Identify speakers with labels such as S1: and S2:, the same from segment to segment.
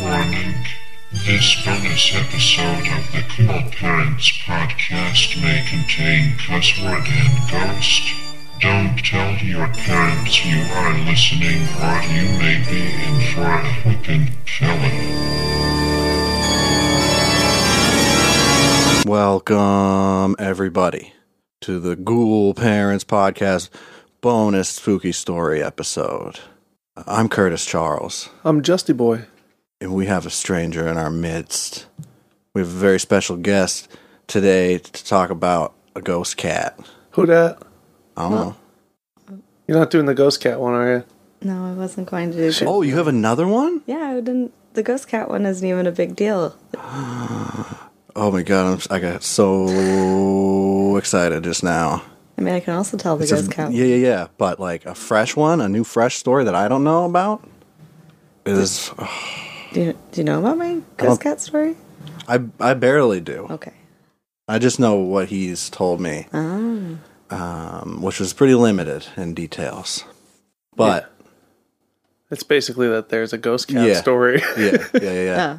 S1: Warning. This bonus episode of the Cool Parents Podcast may contain cuss word and ghost. Don't tell your parents you are listening or you may be in for a whooping felony.
S2: Welcome, everybody, to the Ghoul Parents Podcast bonus spooky story episode. I'm Curtis Charles,
S3: I'm Justy Boy.
S2: and we have a stranger in our midst. We have a very special guest today to talk about a ghost cat.
S3: Who that?
S2: I don't know.
S3: You're not doing the ghost cat one, are you?
S4: No, I wasn't going to do that.
S2: Oh, you have another one?
S4: Yeah, I didn't. The ghost cat one isn't even a big deal.
S2: Oh my god, I'm, I got so excited just now.
S4: I mean, I can also tell the
S2: It's a-
S4: ghost cat.
S2: Yeah, yeah, yeah. But like a fresh one, a new fresh story that I don't know about is
S4: Do you, do you know about my
S2: don't-
S4: ghost cat story?
S2: I I barely do.
S4: Okay.
S2: I just know what he's told me,
S4: Oh,
S2: um, which was pretty limited in details. But
S3: It's basically that there's a ghost cat
S2: Yeah.
S3: story.
S2: yeah, yeah, yeah. yeah.
S4: yeah.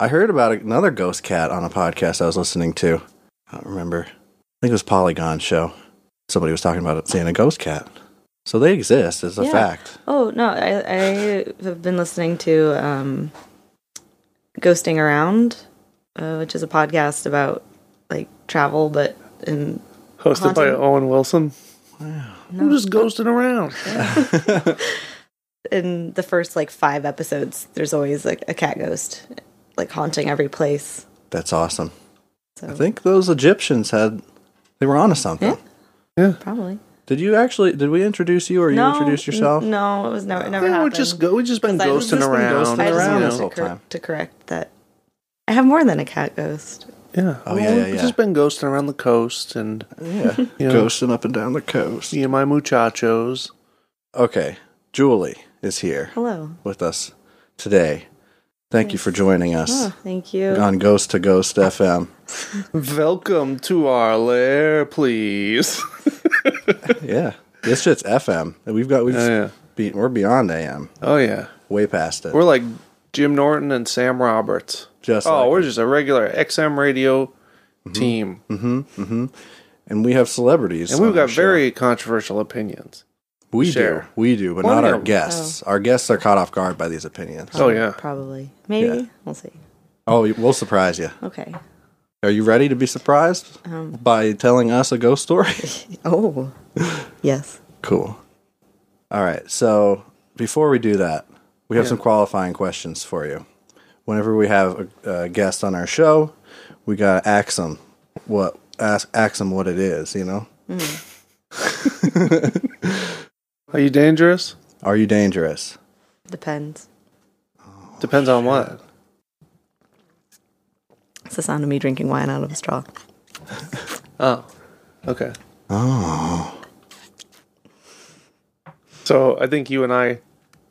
S2: I heard about another ghost cat on a podcast I was listening to. I don't remember. I think it was Polygon Show. Somebody was talking about it, seeing a ghost cat. So they exist. It's a
S4: Yeah.
S2: fact.
S4: Oh no, I I have been listening to um, ghosting around, uh, which is a podcast about like travel, but in
S3: Hosted by
S4: Haunted.
S3: Owen Wilson. I'm just ghosting around.
S4: in the first like five episodes, there's always like a cat ghost, like haunting every place.
S2: That's awesome.
S4: So
S2: I think those Egyptians had they were onto something.
S4: Yeah.
S3: Yeah.
S4: probably.
S2: Did you actually? Did we introduce you, or you introduced
S4: n-
S2: yourself?
S4: No, it was never. It never
S3: Yeah, we're
S4: happened.
S3: just go. We've just been
S4: 'Cause I-
S3: ghosting
S4: Just been
S3: around.
S2: ghosting
S4: I just
S2: around
S3: you
S4: wanted
S2: this
S4: to,
S3: know.
S2: whole
S4: cor-
S2: time.
S4: to correct that. I have more than a cat ghost.
S3: Yeah.
S2: Oh,
S3: Well,
S2: yeah, yeah,
S3: We've
S2: yeah.
S3: just been ghosting around the coast and
S2: Yeah,
S3: Yeah.
S2: ghosting up and down the coast.
S3: me and my muchachos.
S2: Okay, Julie is here
S4: Hello.
S2: with us today. Thank you for joining us
S4: Oh, thank you.
S2: on Ghost to Ghost FM.
S3: Welcome to our lair, please.
S2: yeah, this shit's FM. We've got we've
S3: Oh, yeah.
S2: be, we're beyond AM,
S3: oh yeah,
S2: way past it.
S3: we're like Jim Norton and Sam Roberts.
S2: Just
S3: oh,
S2: like Mm-hmm.
S3: we're
S2: them.
S3: just a regular XM radio team,
S2: mm-hmm. and we have celebrities,
S3: and we've
S2: on our
S3: got
S2: show.
S3: very controversial opinions.
S2: we do
S3: share.
S2: we do, but
S3: One
S2: not
S3: of
S2: our
S3: them.
S2: guests.
S4: Oh.
S2: Our guests are caught off guard by these opinions.
S3: Oh yeah.
S4: Probably. Maybe.
S2: Yeah.
S4: We'll see.
S2: Oh, we'll surprise you.
S4: Okay.
S2: Are you ready to be surprised
S4: Um,
S2: by telling us a ghost story?
S4: oh. yes.
S2: Cool. All right. So before we do that, we have some qualifying questions for you. Whenever we have a, a guest on our show, we gotta ask them what ask, ask 'em what it is. You know,
S3: Are you dangerous?
S2: are you dangerous?
S4: Depends.
S3: Depends on what.
S4: It's the sound of me drinking wine out of a straw.
S3: Oh, okay. Oh. So I think you and I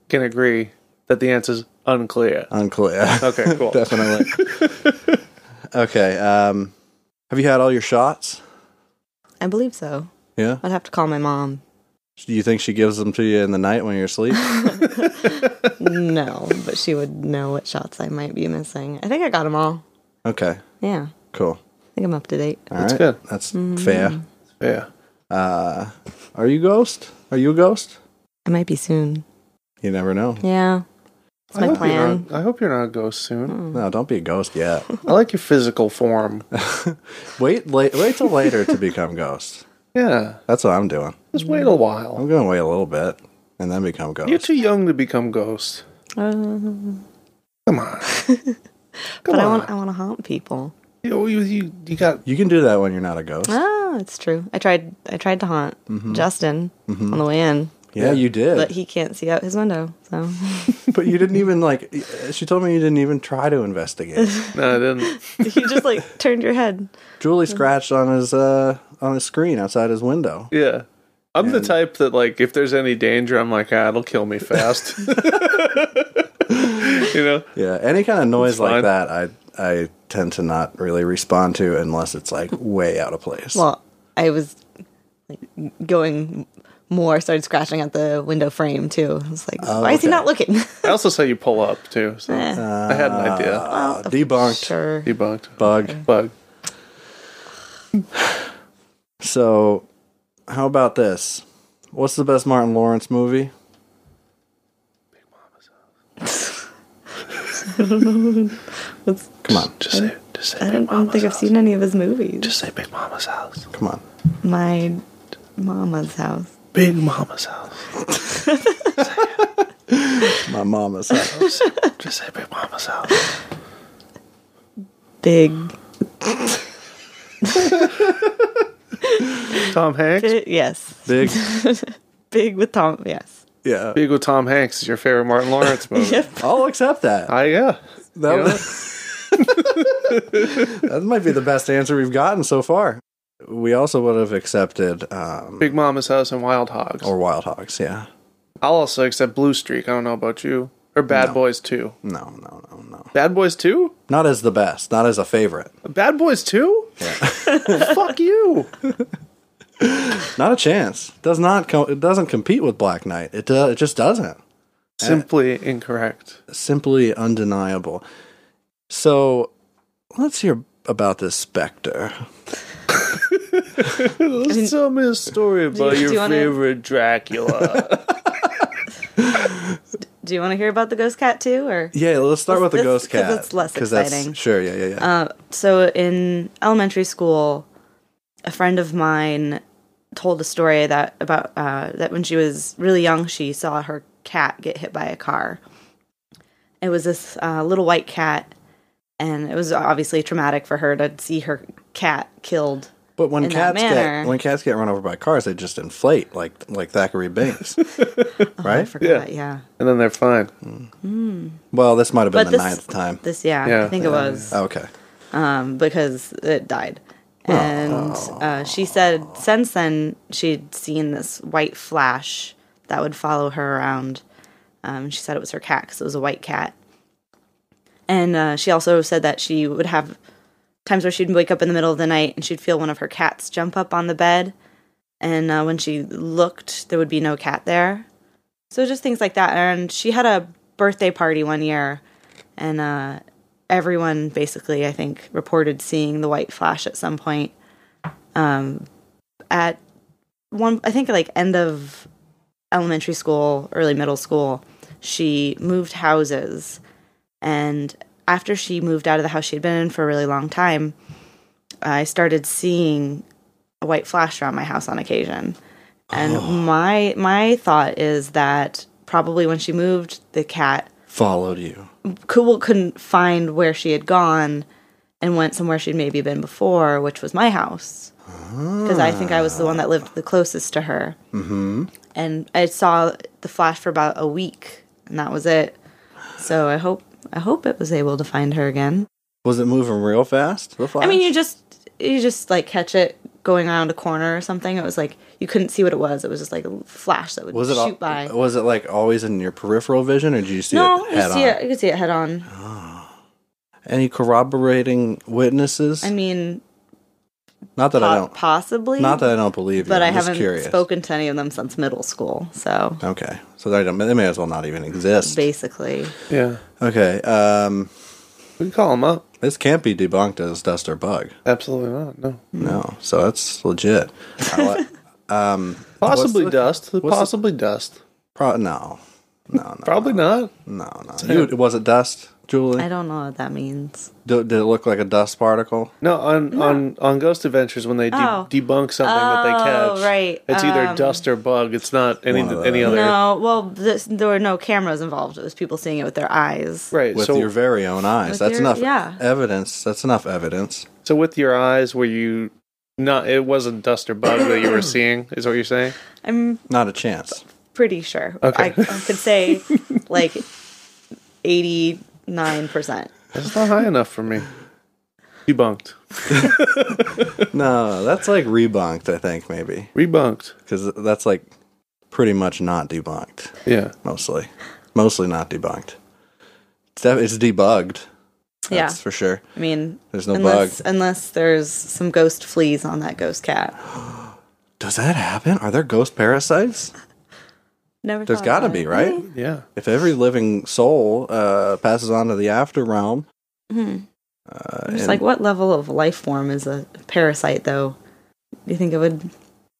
S3: can agree that the answer's unclear.
S2: Unclear.
S3: Okay, cool.
S2: Definitely. okay. Um, have you had all your shots?
S4: I believe so.
S2: Yeah.
S4: I'd have to call my mom.
S2: Do you think she gives them to you in the night when you're asleep?
S4: No, but she would know what shots I might be missing. I think I got them all.
S2: Okay.
S4: Yeah.
S2: Cool.
S4: I think I'm up to date.
S2: All right. That's
S3: good. Mm-hmm.
S2: That's fair.
S3: yeah.
S2: Uh, are you ghost? Are you a ghost?
S4: I might be soon. You
S2: never know.
S4: Yeah. It's my
S3: hope you're
S4: plan. Hmm.
S3: not- I hope you're not a ghost soon.
S2: No, don't be a ghost yet.
S3: I like your physical form.
S2: wait, la- wait till later to become ghost.
S3: Yeah.
S2: That's what I'm doing.
S3: Just wait
S4: Hmm.
S3: a while.
S2: I'm gonna wait a little bit and then become ghost.
S3: You're too young to become ghost.
S4: Uh,
S3: Come on. Come
S4: but I
S3: on.
S4: want I want to haunt people.
S3: you, you, you, you got.
S2: You can do that when you're not a ghost.
S4: Mm-hmm. Ah, it's true. I tried I tried to haunt Justin on the way in.
S2: Yeah, you did.
S4: but he can't see out his window. So
S2: But you didn't even like. She told me you didn't even try to investigate.
S3: No, I didn't.
S4: you just like turned your head.
S2: Julie scratched on his uh on his screen outside his window.
S3: Yeah. I'm the type that like if there's any danger, I'm like, ah, it'll kill me fast. you know?
S2: Yeah, any kind of noise like
S3: fine.
S2: that, I I tend to not really respond to unless it's like way out of place.
S4: Well, I was like going more, started scratching at the window frame too. I was like, why is
S2: Oh, okay.
S4: he not looking?
S3: I also say you pull up too. So I had an idea.
S2: Uh, debunked
S4: Uh, sure.
S3: Debunked.
S2: bug.
S3: Bug.
S2: So, how about this? What's the best Martin Lawrence movie?
S4: That's-
S2: Come on,
S3: Just say just say
S4: I
S3: Big
S4: don't, I don't
S3: Mama's
S4: think I've
S3: house.
S4: seen any of his movies.
S3: just say Big Mama's house.
S2: come on.
S4: My mama's house.
S3: Big Mama's house.
S2: My mama's house.
S3: Just say Big Mama's house.
S4: Big.
S2: Mm.
S3: Tom Hanks?
S4: bi- yes.
S2: Big.
S4: Big with Tom. Yes.
S2: Yeah.
S3: Big with Tom Hanks is your favorite Martin Lawrence movie.
S4: Yep.
S2: I'll accept that.
S3: I yeah.
S2: That,
S3: You know?
S2: was- that might be the best answer we've gotten so far. We also would have accepted um,
S3: Big Mama's house and Wild Hogs.
S2: or Wild Hogs. Yeah.
S3: I'll also accept Blue Streak. I don't know about you. Or Bad Boys 2.
S2: No, no, no, no.
S3: Bad Boys 2?
S2: Not as the best. Not as a favorite.
S3: Bad Boys 2? Fuck you.
S2: Not a chance. Does not. Co- it doesn't compete with Black Knight. It do- It just doesn't.
S3: Simply incorrect.
S2: Simply undeniable. So, let's hear about this Spectre.
S3: Tell me a story about
S4: do
S3: your
S4: you wanna-
S3: favorite Dracula.
S4: Do you want to hear about the ghost cat too, or?
S2: Yeah, let's start with the
S4: That's-
S2: Ghost
S4: 'cause
S2: Cat.
S4: it's less
S2: 'cause that's-
S4: exciting.
S2: Sure. Yeah. Yeah. Yeah.
S4: Uh, so in elementary school, a friend of mine told a story that about uh, that when she was really young, she saw her cat get hit by a car. It was this uh, little white cat, and it was obviously traumatic for her to see her cat killed.
S2: But when
S4: in that
S2: cats get
S4: manner.
S2: when cats get run over by cars, they just inflate like like Thackeray Binks,
S4: Oh, I
S2: right?
S4: forgot, yeah.
S3: and then they're fine.
S2: Well, this might have been
S4: But
S2: the
S4: this-
S2: ninth time.
S4: This, yeah, I
S3: Yeah.
S4: think it was.
S2: Okay,
S4: um, because it died. And uh, she said since then she'd seen this white flash that would follow her around. Um, she said it was her cat because it was a white cat. And uh, she also said that she would have times where she'd wake up in the middle of the night and she'd feel one of her cats jump up on the bed. And uh, when she looked, there would be no cat there. So just things like that. And she had a birthday party one year, and uh, everyone basically, I think, reported seeing the white flash at some point. Um, at one, I think, like end of elementary school, early middle school, she moved houses, and after she moved out of the house she had been in for a really long time, I started seeing a white flash around my house on occasion. And my my thought is that probably when she moved, the cat
S2: followed you.
S4: could, well, couldn't find where she had gone and went somewhere she'd maybe been before, which was my house. Because I think I was the one that lived the closest to her. Mm-hmm. And I saw the flash for about a week, and that was it. So I hope I hope it was able to find her again.
S2: Was it moving real fast? The flash?
S4: I mean, you just you just like catch it going around a corner or something. It was like you couldn't see what it was. It was just like a flash that would
S2: was it
S4: shoot
S2: al-
S4: by.
S2: was it like always in your peripheral vision, or did you see
S4: no,
S2: it
S4: you
S2: head
S4: see
S2: on?
S4: it. You could see it head on.
S2: Any corroborating witnesses?
S4: I mean,
S2: not that I
S4: po-
S2: don't.
S4: possibly.
S2: Not that I don't believe you.
S4: but I
S2: I'm just
S4: haven't
S2: curious.
S4: spoken to any of them since middle school. So
S2: Okay, so they, don't, they may as well not even exist.
S4: basically,
S3: Yeah.
S2: Okay, um,
S3: We can call him up.
S2: this can't be debunked as dust or bug.
S3: Absolutely not. No.
S4: Hmm.
S2: No, so that's legit. I li-
S3: Possibly
S2: the-
S3: dust. Possibly dust.
S2: Pro- no,
S3: Probably not.
S2: No, no. You, was it dust, Julie?
S4: I don't know what that means.
S2: D- did it look like a dust particle?
S3: No, on on on Ghost Adventures when they de-
S4: Oh.
S3: debunk something that they catch,
S4: right. Um,
S3: It's either dust or bug. It's not any
S2: One of
S3: any other.
S4: No, well, this, there were no cameras involved. It was people seeing it with their eyes.
S3: Right.
S2: With
S3: so
S2: your very own eyes.
S4: With
S2: That's
S4: your-
S2: enough
S4: yeah.
S2: evidence. That's enough evidence.
S3: so with your eyes, were you not? It wasn't dust or bug that you were seeing. Is what you're saying?
S4: I'm
S2: Not a chance.
S4: pretty sure.
S3: Okay.
S4: I, I could say like 89%.
S3: That's not high enough for me. Debunked.
S2: No, that's like rebunked, I think, maybe.
S3: Rebunked.
S2: Because that's like pretty much not debunked,
S3: Yeah.
S2: mostly. Mostly not debunked. It's, def- it's debugged. That's
S4: Yeah.
S2: for sure.
S4: I mean,
S2: There's no
S4: unless,
S2: bug.
S4: unless there's some ghost fleas on that ghost cat.
S2: Does that happen? Are there ghost parasites?
S4: Never
S2: There's
S4: thought
S2: got to
S4: about
S2: be,
S4: it. Mm-hmm.
S2: right?
S3: Yeah.
S2: If every living soul uh, passes on to the after realm,
S4: Mhm.
S2: uh,
S4: I'm
S2: and-
S4: Just like what level of life form is a parasite, though? Do you think it would?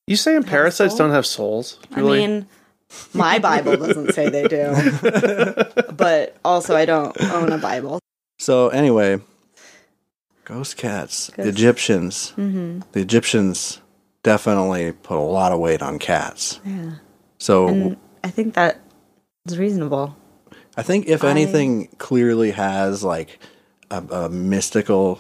S3: You saying parasites
S4: soul?
S3: don't have souls?
S4: I mean, my Bible doesn't say they do, but also I don't own a Bible.
S2: So anyway, ghost cats, the
S4: Ghost- Mm-hmm.
S2: Egyptians. The Egyptians definitely put a lot of weight on cats.
S4: Yeah,
S2: So
S4: and I think that is reasonable.
S2: I think if
S4: I-
S2: anything clearly has like a, a mystical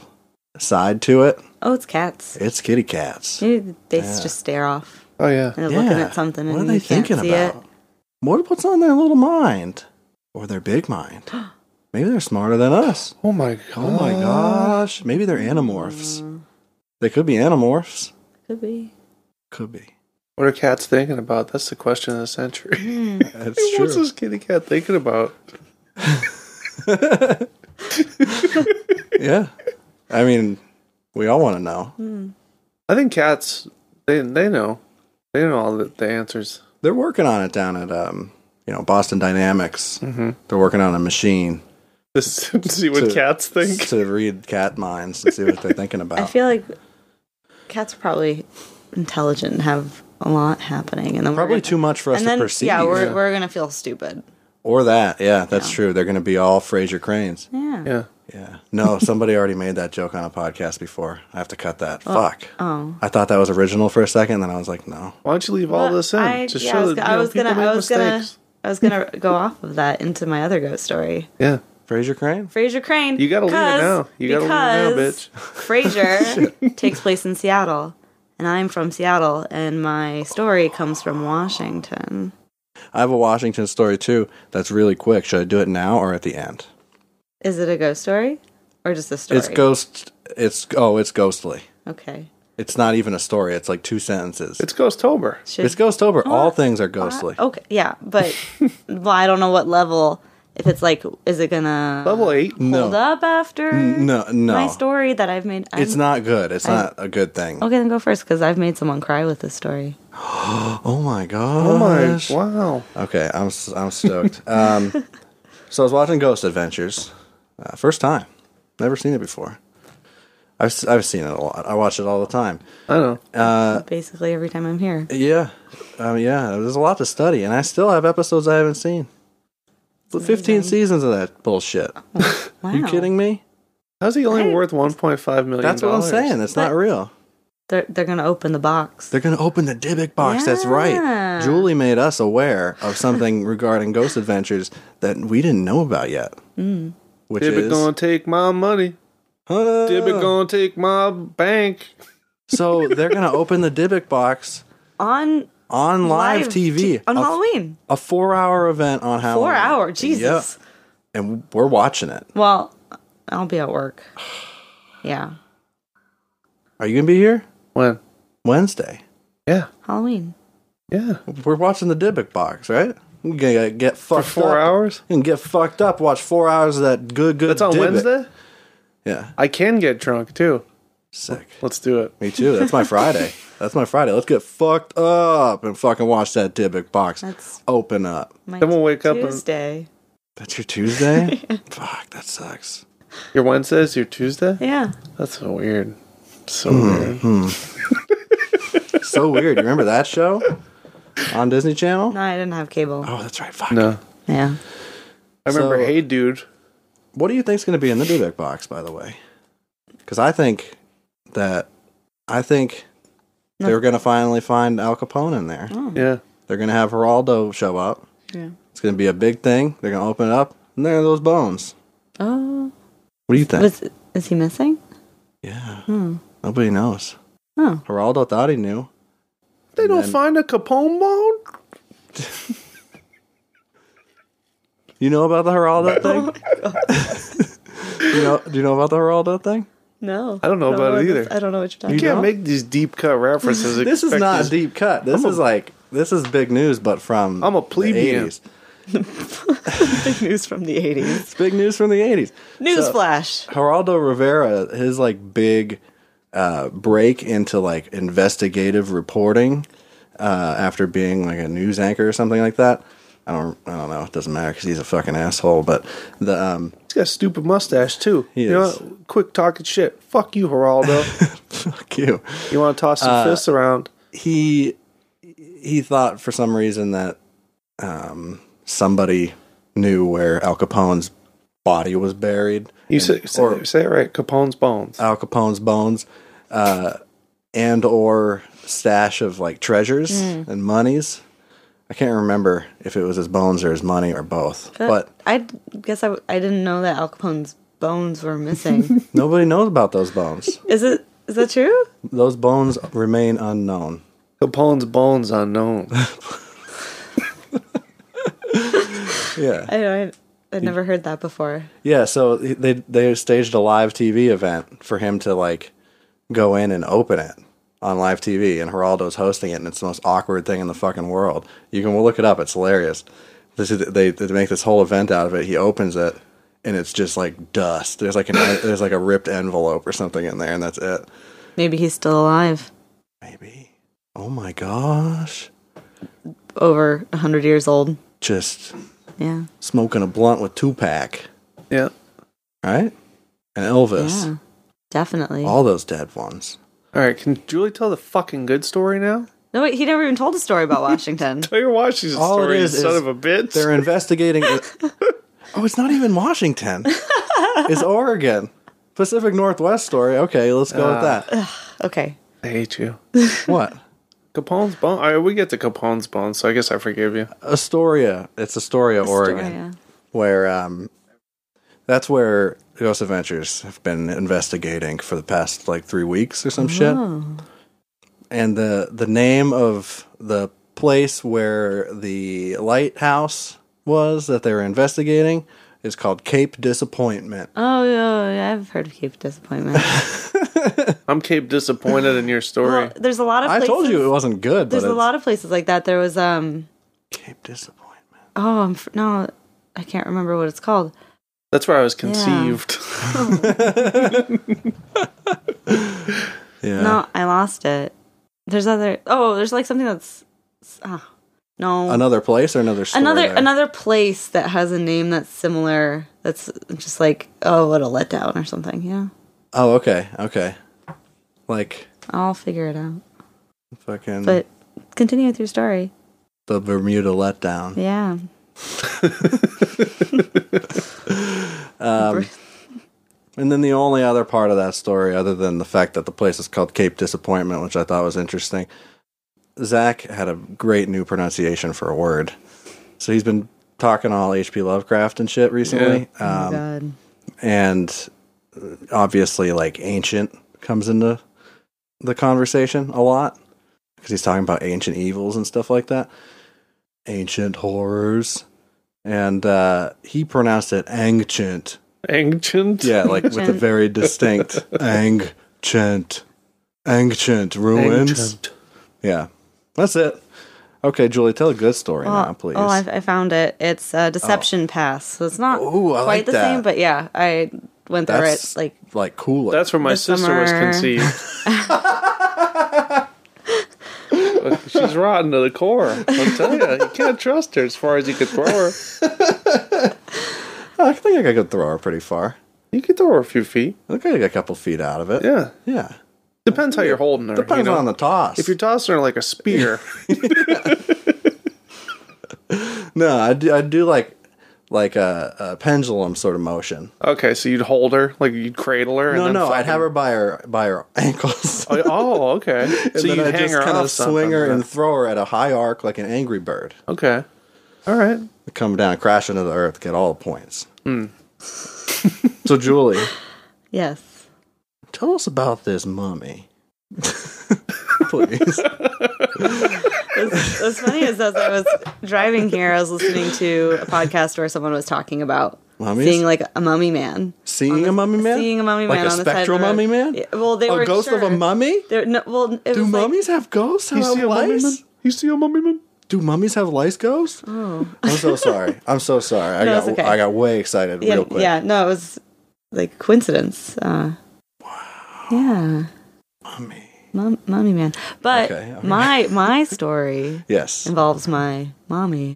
S2: side to it,
S4: Oh, it's cats.
S2: it's kitty cats.
S4: Maybe they
S2: Yeah.
S4: just stare off
S3: oh yeah.
S4: and they're looking at something, and
S2: what are
S4: you
S2: they
S4: can't
S2: thinking
S4: see
S2: about?
S4: it.
S2: What what's on their little mind or their big mind? Maybe they're smarter than us.
S3: Oh my god.
S2: Oh my
S4: Uh,
S2: gosh! Maybe they're
S4: mm.
S2: anamorphs. They could be anamorphs.
S4: Could be.
S2: Could be.
S3: What are cats thinking about? That's the question of the century.
S2: That's
S3: What's this kitty cat thinking about?
S2: yeah. I mean, we all want to know.
S4: Mm.
S3: I think cats they they know. They know all the, the answers.
S2: They're working on it down at um, you know, Boston Dynamics. They're working on a machine
S3: Just to see Mm-hmm. what
S2: To-
S3: cats think.
S2: to read cat minds and see what they're thinking about.
S4: I feel like cats are probably intelligent and have a lot happening, and then we're
S2: Probably
S4: gonna-
S2: too much for us
S4: and
S2: to
S4: then
S2: perceive.
S4: yeah, we're we're gonna feel stupid.
S2: or that. Yeah, that's true. They're going to be all Fraser Cranes.
S4: Yeah.
S3: Yeah.
S2: Yeah. No, somebody already made that joke on a podcast before. I have to cut that. Fuck.
S4: Oh.
S2: I thought that was original for a second, then I was like, no.
S3: Why don't you leave all
S4: Well,
S3: this in?
S4: I,
S3: Just
S4: yeah,
S3: show
S4: I was,
S3: that
S4: I
S3: you know,
S4: was gonna.
S3: people make
S4: I was gonna.
S3: mistakes.
S4: I was gonna go off of that into my other ghost story.
S3: Yeah.
S2: Fraser Crane?
S4: Fraser Crane.
S3: You gotta leave it
S4: because-
S3: now. You gotta leave it now,
S4: Frasier takes place in Seattle, and I'm from Seattle, and my story comes from Washington.
S2: I have a Washington story too that's really quick. Should I do it now or at the end?
S4: Is it a ghost story or just a story?
S2: It's ghost. It's oh, it's ghostly.
S4: Okay.
S2: It's not even a story. It's like two sentences. It's,
S3: It's Ghostober.
S4: Should,
S2: ghostober. All things are ghostly.
S4: okay. Yeah, but well, I don't know what level. If it's like, is it gonna
S3: Level eight.
S4: hold
S2: no,
S4: up after
S2: no, no.
S4: my story Oh. that I've made?
S2: it's
S4: I'm-
S2: not good. It's not a good thing.
S4: Okay, then go first because I've made someone cry with this story.
S2: Oh my
S3: Oh my
S2: gosh.
S3: wow.
S2: Okay, I'm s- I'm stoked. um, so I was watching Ghost Adventures, uh, first time. Never seen it before. I've s- I've seen it a lot. I watch it all the time.
S3: I know.
S2: Uh,
S4: Basically, every time I'm here,
S2: Yeah, um, yeah. There's a lot to study, and I still have episodes I haven't seen. Fifteen seasons of that bullshit.
S4: wow.
S2: You kidding me?
S3: How's he only
S4: Hey.
S3: worth one point five million?
S2: That's what I'm
S3: dollars?
S2: saying. That's not
S4: But-
S2: real.
S4: They're they're gonna open the box.
S2: They're going to open the Dybbuk box. That's right.
S4: Yeah.
S2: Julie made us aware of something regarding Ghost Adventures that we didn't know about yet. Mm. Which
S3: Dibbick
S2: is
S3: gonna take my money.
S2: Huh.
S3: Dibbick gonna take my bank.
S2: so they're going to open the Dybbuk box
S4: on
S2: on live, TV
S4: t- on
S2: a,
S4: Halloween.
S2: A four-hour event on Halloween.
S4: Four hour,
S2: Yeah.
S4: Jesus.
S2: and we're watching it.
S4: Well, I'll be at work. Yeah,
S2: Are you going to be here
S3: When?
S2: Wednesday?
S3: Yeah.
S4: Halloween.
S3: Yeah.
S2: We're watching the Dybbuk box, right? We're gonna get
S3: For
S2: fucked
S3: four
S2: up.
S3: hours?
S2: and get fucked up. Watch four hours of that good, good.
S3: That's on
S2: Dybbuk.
S3: Wednesday?
S2: Yeah,
S3: I can get drunk too.
S2: sick.
S3: Let's do it.
S2: Me too. That's my Friday. That's my Friday. Let's get fucked up and fucking watch that Dybbuk box
S4: That's
S2: open up.
S4: my
S3: Then we'll wake up and-
S4: Tuesday.
S2: That's your Tuesday? Fuck, that sucks.
S3: Your Wednesday is your Tuesday?
S4: Yeah,
S3: That's so weird. So
S2: Hmm,
S3: weird.
S2: So weird. You remember that show on Disney Channel?
S4: no, I didn't have cable.
S2: Oh, that's right. Fuck.
S3: No.
S4: Yeah,
S3: I remember
S2: So-
S3: Hey Dude.
S2: What do you think's going to be in the Dybbuk box, by the way? Because I think that I think they're going to finally find Al Capone in there.
S3: Yeah.
S2: They're going to have Geraldo show up.
S4: Oh. yeah.
S2: It's going to be a big thing. They're going to open it up, and there are those bones.
S4: Oh,
S2: What do you think?
S4: was is he missing? Hmm.
S2: yeah. Nobody knows.
S4: Oh,
S2: Geraldo thought he knew.
S3: They don't find a Capone bone?
S2: You know about the
S4: Oh
S2: Geraldo thing? you know? Do you know about the Geraldo thing?
S4: No.
S3: I don't know about it
S4: what this-
S3: either.
S4: I don't know what you're
S3: You
S4: talking
S3: can't
S2: don't?
S3: make these deep cut references.
S2: This is
S3: Expect
S2: not
S3: this-
S2: a deep cut. This
S3: I'm a-
S2: is like this is big news, but from
S3: I'm a
S2: the
S3: plebeian.
S2: 80s.
S4: about. Big news from the 80s.
S2: It's big news from the eighties.
S4: Newsflash.
S2: Geraldo Rivera, his like big uh, break into like investigative reporting uh, after being like a news anchor or something like that. I don't, I don't know. It doesn't matter because he's a fucking asshole. But the um,
S3: He's got a stupid mustache too.
S2: He
S3: you know,
S2: is.
S3: what? quick talking shit. Fuck you, Geraldo.
S2: fuck you.
S3: you want to toss
S2: Uh,
S3: some fists around?
S2: He he thought for some reason that um, somebody knew where Al Capone's body was buried.
S3: You say, say,
S2: or-
S3: say it right. Capone's bones.
S2: Al Capone's bones, uh, and or stash of like treasures and monies. I can't remember if it was his bones or his money or both. But
S4: I guess I, I didn't know that Al Capone's bones were missing.
S2: nobody knows about those bones.
S4: is it? Is that true?
S2: Those bones remain unknown.
S3: Capone's bones unknown.
S2: Yeah,
S4: I I, I'd never heard that before.
S2: yeah. So they they staged a live TV event for him to like go in and open it on live TV, and Geraldo's hosting it, and it's the most awkward thing in the fucking world. You can look it up; it's hilarious. This is, they, they make this whole event out of it. He opens it, and it's just like dust. There's like an there's like a ripped envelope or something in there, and that's it.
S4: Maybe he's still alive.
S2: Maybe. Oh my gosh!
S4: Over 100 years old.
S2: Just
S4: Yeah.
S2: smoking a blunt with Tupac,
S3: yeah.
S2: right? And Elvis.
S4: Yeah. Definitely.
S2: All those dead ones.
S3: All right. Can Julie tell the fucking good story now?
S4: no, wait, he never even told a story about Washington.
S3: Tell your Washington
S2: All it
S3: story,
S2: is
S3: you son
S2: is
S3: of a bitch.
S2: They're investigating. oh, it's not even Washington. It's Oregon. Pacific Northwest story. Okay, let's go
S4: Uh.
S2: with that.
S4: okay.
S3: I hate you.
S2: What?
S3: Capone's bone. All right, we get to Capone's bones, so I guess I forgive you.
S2: Astoria. It's Astoria, Oregon,
S4: Astoria.
S2: where um, that's where Ghost Adventures have been investigating for the past like three weeks or
S4: Uh-huh.
S2: some
S4: Oh.
S2: shit. And the the name of the place where the lighthouse was that they were investigating is called Cape Disappointment.
S4: Oh, yeah, yeah, I've heard of Cape Disappointment.
S3: I'm Cape disappointed in your story.
S4: well, there's a lot of
S2: I
S4: places.
S2: told you it wasn't good,
S4: There's
S2: but
S4: a
S2: it's
S4: lot of places like that. There was, um,
S2: Cape Disappointment.
S4: oh, I'm, fr- no, I can't remember what it's called.
S3: That's where I was conceived.
S2: Yeah.
S4: No, I lost it. There's other, oh, there's like something that's, ah, no.
S2: Another place or another story?
S4: another
S2: there?
S4: another place that has a name that's similar that's just like oh what a letdown or something yeah
S2: Oh, okay, okay. Like
S4: i'll figure it out
S2: fucking
S4: but continue with your story
S2: the Bermuda letdown.
S4: yeah
S2: Um, And then the only other part of that story, other than the fact that the place is called Cape Disappointment, which I thought was interesting, Zach had a great new pronunciation for a word. So he's been talking all H.P. Lovecraft and shit recently, Um,
S4: oh my god
S2: and obviously like ancient comes into the conversation a lot because he's talking about ancient evils and stuff like that ancient horrors and uh he pronounced it ancient
S3: Ancient.
S2: yeah like with a
S4: Ancient.
S2: very distinct ancient ancient ruins
S3: Ancient.
S2: yeah that's it okay julie tell a good story now
S4: well,
S2: please Oh.
S4: oh I, I found it it's uh, deception pass so it's not
S2: Ooh, I
S4: quite
S2: like
S4: the
S2: that.
S4: same but yeah i went through
S2: that's
S4: it like
S2: like cool
S3: That's where my
S4: The
S3: sister was
S4: summer.
S3: conceived. She's rotten to the core. I'll tell you, you can't trust her as far as you could throw her.
S2: i think i could throw her pretty far
S3: You could throw her a few feet.
S2: i think i got a couple feet out of it
S3: Yeah,
S2: yeah
S3: depends how you're holding her.
S2: Depends
S3: you know?
S2: on the toss.
S3: If you're tossing her like a spear,
S2: no, I do, I do like like a, a pendulum sort of motion.
S3: okay, so you'd hold her like you'd cradle her. and
S2: No,
S3: then
S2: no, I'd
S3: fucking-
S2: have her by her by her ankles.
S3: Oh, oh, okay.
S2: and
S3: so
S2: then
S3: you
S2: I
S3: hang
S2: just
S3: her
S2: kind
S3: off
S2: of swing
S3: something,
S2: her
S3: huh?
S2: and throw her at a high arc like an angry bird.
S3: Okay. All right.
S2: Come down, crash into the earth, get all the points.
S3: Hmm.
S2: so, Julie,
S4: yes
S2: tell us about this mummy. please.
S4: What's funny is as I was driving here, I was listening to a podcast where someone was talking about
S2: Mummies?
S4: seeing like a mummy man.
S2: Seeing a mummy man?
S4: Seeing a mummy
S2: like
S4: man
S2: a
S4: on the side of
S2: spectral
S4: the road.
S2: mummy man?
S4: Yeah, well, they
S2: a
S4: were
S2: ghost of
S4: sure.
S2: a mummy?
S4: They're- no, well, it
S2: Do
S4: was like-
S2: mummies have ghosts?
S3: You
S2: How
S3: see a
S2: about
S3: mummy man?
S2: lice?
S3: You see a mummy man?
S2: Do mummies have lice ghosts? Oh. I'm so sorry. I'm so sorry. I
S4: No,
S2: got
S4: it's okay.
S2: I got way excited
S4: yeah,
S2: real quick.
S4: yeah, no, it was like coincidence. Uh, wow. Yeah,
S2: Mummy.
S4: mum, mummy man. But
S2: Okay, okay.
S4: my my story
S2: Yes.
S4: involves my mommy.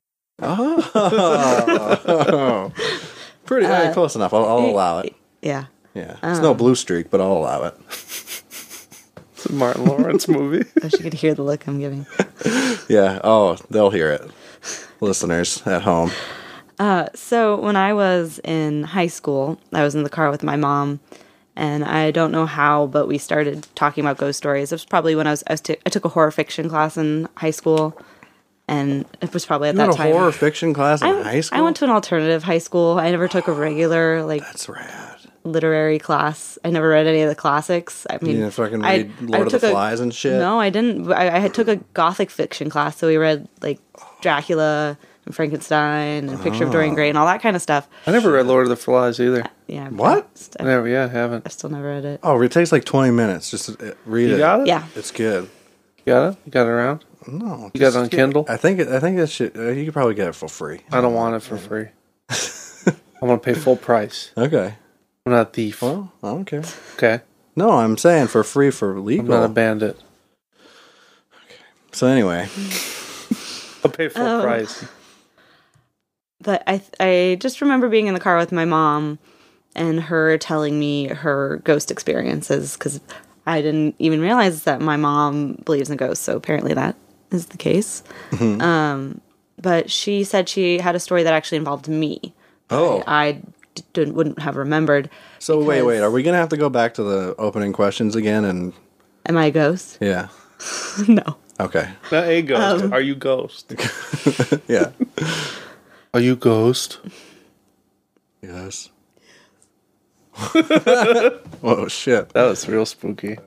S2: Oh. Pretty hey,
S4: Uh,
S2: close enough. I'll, I'll allow it.
S4: Yeah.
S2: Yeah. It's no blue streak, but I'll allow it.
S3: It's a Martin Lawrence movie.
S4: I wish you Oh, could hear the look I'm giving.
S2: Yeah. Oh, they'll hear it. Listeners at home.
S4: Uh, so when I was in high school, I was in the car with my mom, and I don't know how, but we started talking about ghost stories. It was probably when I was I, was t- I took a horror fiction class in high school, and it was probably at
S2: You
S4: that
S2: had a
S4: time.
S2: horror fiction class in
S4: I,
S2: high school?
S4: I went to an alternative high school. I never took a regular like
S2: That's rad.
S4: literary class. I never read any of the classics. I mean,
S2: You didn't fucking
S4: I-
S2: read Lord of the
S4: took a-
S2: Flies and shit?
S4: No, I didn't. I, I had took a gothic fiction class, so we read like Dracula and Frankenstein and Picture of
S2: Oh.
S4: Dorian Gray and all that kind of stuff.
S3: I never read Lord of the Flies either.
S4: Yeah. I've-
S2: What?
S3: I
S4: I've,
S3: never, yeah, I haven't.
S4: I've still never read it.
S2: Oh, it takes like 20 minutes. Just uh, read
S3: You
S2: it.
S3: got it?
S4: Yeah.
S2: It's good.
S3: You got it? You got it around?
S2: No.
S3: You got it
S2: just
S3: on
S2: get-
S3: Kindle?
S2: I think it, I think that shit, uh, you could probably get it for free.
S3: I don't want it for free. I'm going to pay full price.
S2: Okay.
S3: I'm not a thief.
S2: Well, I don't care.
S3: Okay.
S2: No, I'm saying for free for
S3: I'm not a
S2: legal.
S3: bandit.
S2: So anyway,
S3: I'll pay full
S4: Oh.
S3: price.
S4: But I th- I just remember being in the car with my mom and her telling me her ghost experiences cuz I didn't even realize that my mom believes in ghosts, so apparently that is the case.
S2: Mm-hmm.
S4: Um but she said she had a story that actually involved me.
S2: Oh.
S4: I d- didn't, wouldn't have remembered.
S2: so wait,
S4: Because-
S2: wait. Are we gonna have to go back to the opening questions again? And
S4: Am I a ghost?
S2: yeah,
S4: no.
S2: okay,
S3: Not a ghost.
S4: Um,
S3: Are you ghost?
S2: yeah,
S3: Are you ghost?
S2: yes. Whoa, shit.
S3: That was real spooky.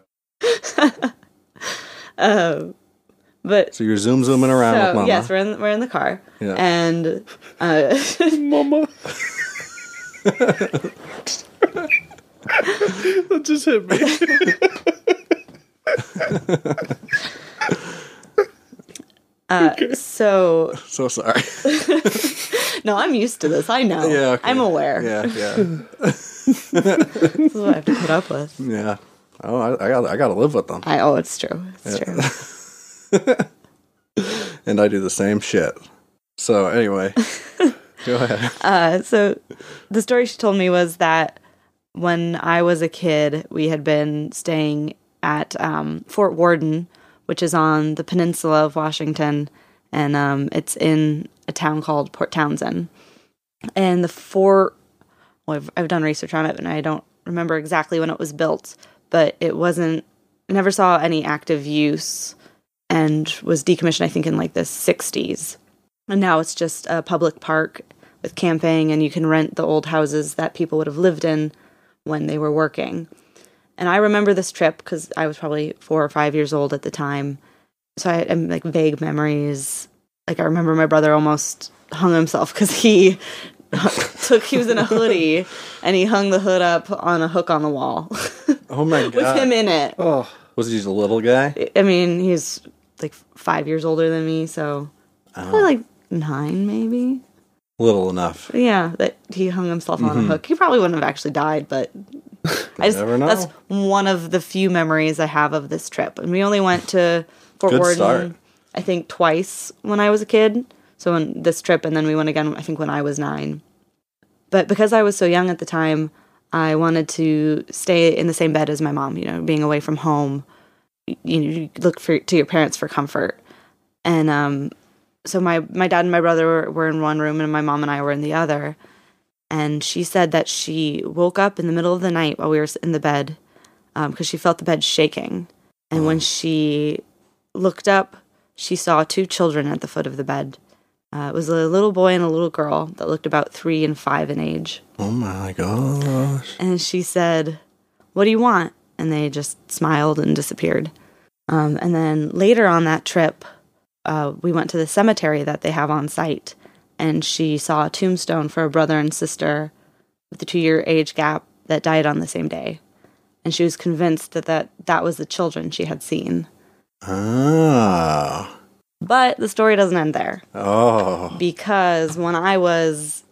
S4: But
S2: So you're zoom zooming around with
S4: so
S2: mama.
S4: yes, we're in we're in the car.
S2: Yeah.
S4: And uh
S3: Mama. that just hit me.
S4: uh, so
S2: so sorry.
S4: No, I'm used to this. I know.
S2: yeah, okay.
S4: I'm aware.
S2: Yeah, yeah,
S4: This is what I have to put up with.
S2: yeah. Oh, I, I got, I got to live with them,
S4: I oh, it's true. It's true.
S2: and I do the same shit. So anyway, go ahead.
S4: Uh, so the story she told me was that when I was a kid, we had been staying at um, Fort Warden, which is on the peninsula of Washington, and um, it's in a town called Port Townsend. And the fort, well, I've, I've done research on it, and I don't remember exactly when it was built, but it wasn't. I never saw any active use, and was decommissioned. I think in like the '60s. And now it's just a public park with camping, and you can rent the old houses that people would have lived in when they were working. And I remember this trip because I was probably four or five years old at the time. So I had um, like vague memories. Like I remember my brother almost hung himself because he took, he was in a hoodie and he hung the hood up on a hook on the wall with
S2: Oh my god,
S4: him in it.
S3: Oh,
S2: was he just a little guy?
S4: I mean, he's like five years older than me, so probably like nine maybe.
S2: Little enough.
S4: Yeah, that he hung himself on a hook. He probably wouldn't have actually died, but I
S2: Mm-hmm.
S4: just
S2: never know.
S4: that's one of the few memories I have of this trip. And we only went to Fort
S2: Good
S4: Warden,
S2: start.
S4: I think, twice when I was a kid. So on this trip, and then we went again. I think when I was nine. But because I was so young at the time, I wanted to stay in the same bed as my mom. You know, being away from home, you, you look for to your parents for comfort, and um, so my my dad and my brother were, were in one room and my mom and I were in the other. And she said that she woke up in the middle of the night while we were in the bed because um, she felt the bed shaking. And when she looked up, she saw two children at the foot of the bed. Uh, it was a little boy and a little girl that looked about three and five in age.
S2: Oh my gosh.
S4: And she said, What do you want? And they just smiled and disappeared. Um, and then later on that trip, uh, we went to the cemetery that they have on site, and she saw a tombstone for a brother and sister with a two year age gap that died on the same day. And she was convinced that, that that was the children she had seen.
S2: Ah.
S4: But the story doesn't end there
S2: Oh.
S4: because when I was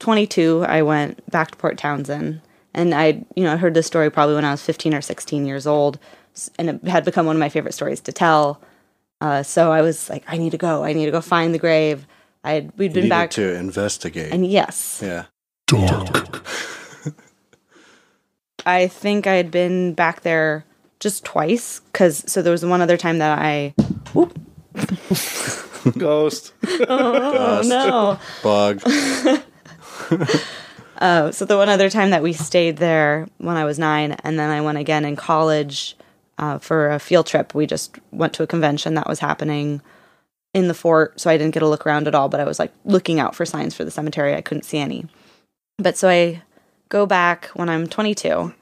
S4: 22, I went back to Port Townsend, and I, you know, I heard this story probably when I was 15 or 16 years old, s- and it had become one of my favorite stories to tell. Uh, so I was like, I need to go. I need to go find the grave. I had, we'd been
S2: Needed
S4: back,
S2: to investigate.
S4: and yes,
S2: yeah.
S4: I think I had been back there just twice because so there was one other time that I
S3: Ghost.
S4: oh no
S2: Bug.
S4: Oh, so the one other time that we stayed there when I was nine, and then I went again in college uh, for a field trip. We just went to a convention that was happening in the fort, so I didn't get a look around at all. But I was like looking out for signs for the cemetery. I couldn't see any, but so I go back when I'm 22,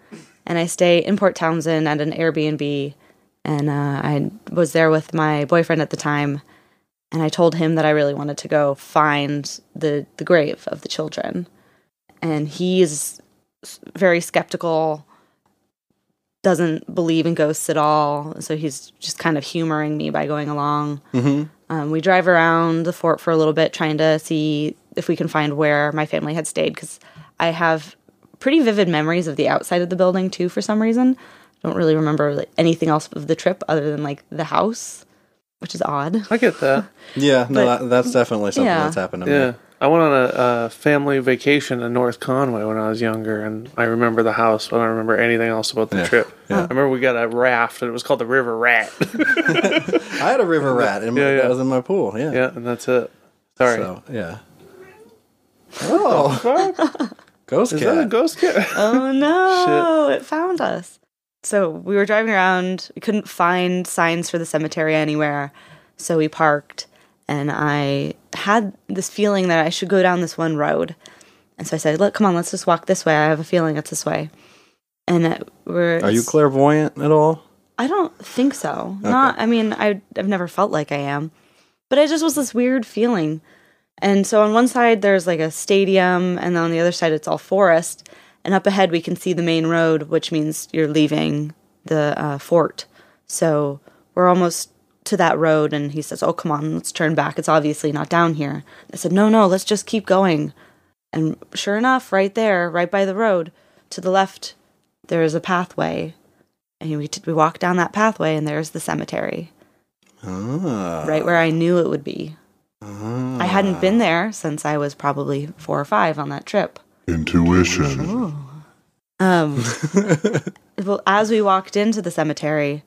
S4: and I stay in Port Townsend at an Airbnb, and uh, I was there with my boyfriend at the time. And I told him that I really wanted to go find the, the grave of the children and he's s- very skeptical doesn't believe in ghosts at all so he's just kind of humoring me by going along um, we drive around the fort for a little bit trying to see if we can find where my family had stayed because i have pretty vivid memories of the outside of the building too for some reason i don't really remember like, anything else of the trip other than like the house which is odd
S3: I get that.
S2: Yeah. No,
S4: But-
S2: that, that's definitely something
S4: yeah.
S2: that's happened to me.
S3: Yeah. I went on a, a family vacation in North Conway when I was younger, and I remember the house, but I don't remember anything else about the
S2: Yeah.
S3: trip. I remember we got a raft, and it was called the River Rat.
S2: I had a river rat in my,
S3: Yeah, yeah.
S2: that was in my pool. Yeah.
S3: yeah, and that's it. Sorry.
S2: So, yeah. Oh. Ghost
S3: Is
S2: cat.
S3: that a ghost cat?
S4: oh no it found us so we were driving around we couldn't find signs for the cemetery anywhere so we parked and i had this feeling that i should go down this one road and so i said look come on let's just walk this way i have a feeling it's this way and it- we're
S2: Are you clairvoyant at all?
S4: i don't think so not i mean I, i've never felt like i am but it just was this weird feeling and so on one side there's like a stadium, and on the other side it's all forest. And up ahead we can see the main road, which means you're leaving the uh, fort. So we're almost to that road, and he says, "Oh, come on, let's turn back. It's obviously not down here." I said, "No, no, let's just keep going." And sure enough, right there, right by the road, to the left, there is a pathway, and we t- we walk down that pathway, and there's the cemetery,
S2: Ah.
S4: right where I knew it would be. I hadn't been there since I was probably four or five on that trip.
S1: Intuition.
S4: Um, well, as we walked into the cemetery,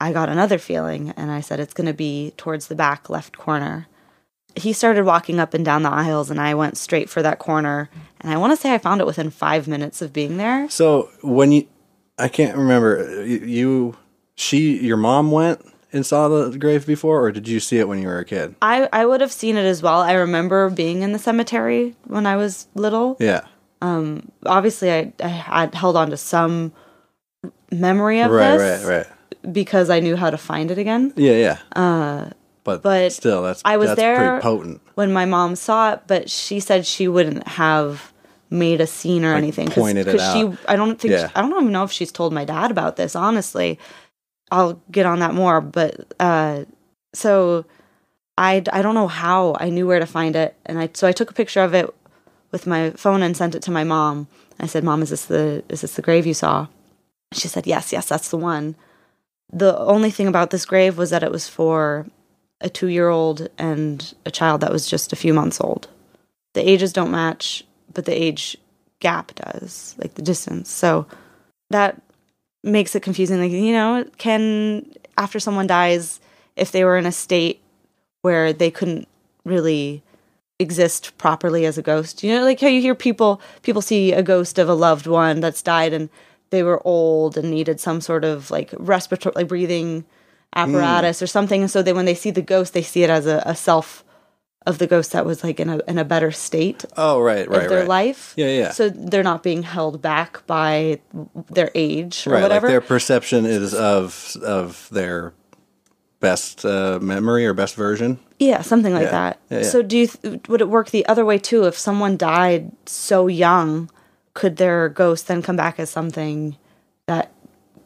S4: I got another feeling, and I said, "It's going to be towards the back left corner." He started walking up and down the aisles, and I went straight for that corner. And I want to say I found it within five minutes of being there.
S2: So when you, I can't remember you, you, she, your mom went and saw the grave before, or did you see it when you were a kid?
S4: I I would have seen it as well. I remember being in the cemetery when I was little.
S2: Yeah,
S4: Um, Obviously, I I had held on to some memory of
S2: right,
S4: this
S2: right, right.
S4: because I knew how to find it again.
S2: Yeah, yeah. Uh, but
S4: but
S2: still, that's
S4: I was
S2: that's
S4: there
S2: pretty potent.
S4: when my mom saw it, but she said she wouldn't have made a scene or anything
S2: pointed it out.
S4: she I don't think
S2: Yeah.
S4: I don't even know if she's told my dad about this. Honestly, I'll get on that more. But uh, so I I don't know how I knew where to find it, and I so I took a picture of it with my phone and sent it to my mom. I said, "Mom, is this the is this the grave you saw?" She said, "Yes, yes, that's the one." The only thing about this grave was that it was for a two year old and a child that was just a few months old. The ages don't match, but the age gap does, like the distance. So that makes it confusing. Like, you know, can, after someone dies, if they were in a state where they couldn't really exist properly as a ghost, you know, like how you hear people, people see a ghost of a loved one that's died and they were old and needed some sort of like respiratory, like breathing apparatus or something. And so they, when they see the ghost, they see it as a, a self of the ghost that was like in a, in a better state
S2: Oh, right, right,
S4: of their
S2: right.
S4: life.
S2: Yeah, yeah.
S4: So they're not being held back by their age or
S2: right,
S4: whatever.
S2: like their perception is of of their best uh, memory or best version.
S4: Yeah, something like
S2: Yeah.
S4: that.
S2: Yeah, yeah.
S4: So do you th- would it work the other way too if someone died so young, could their ghost then come back as something that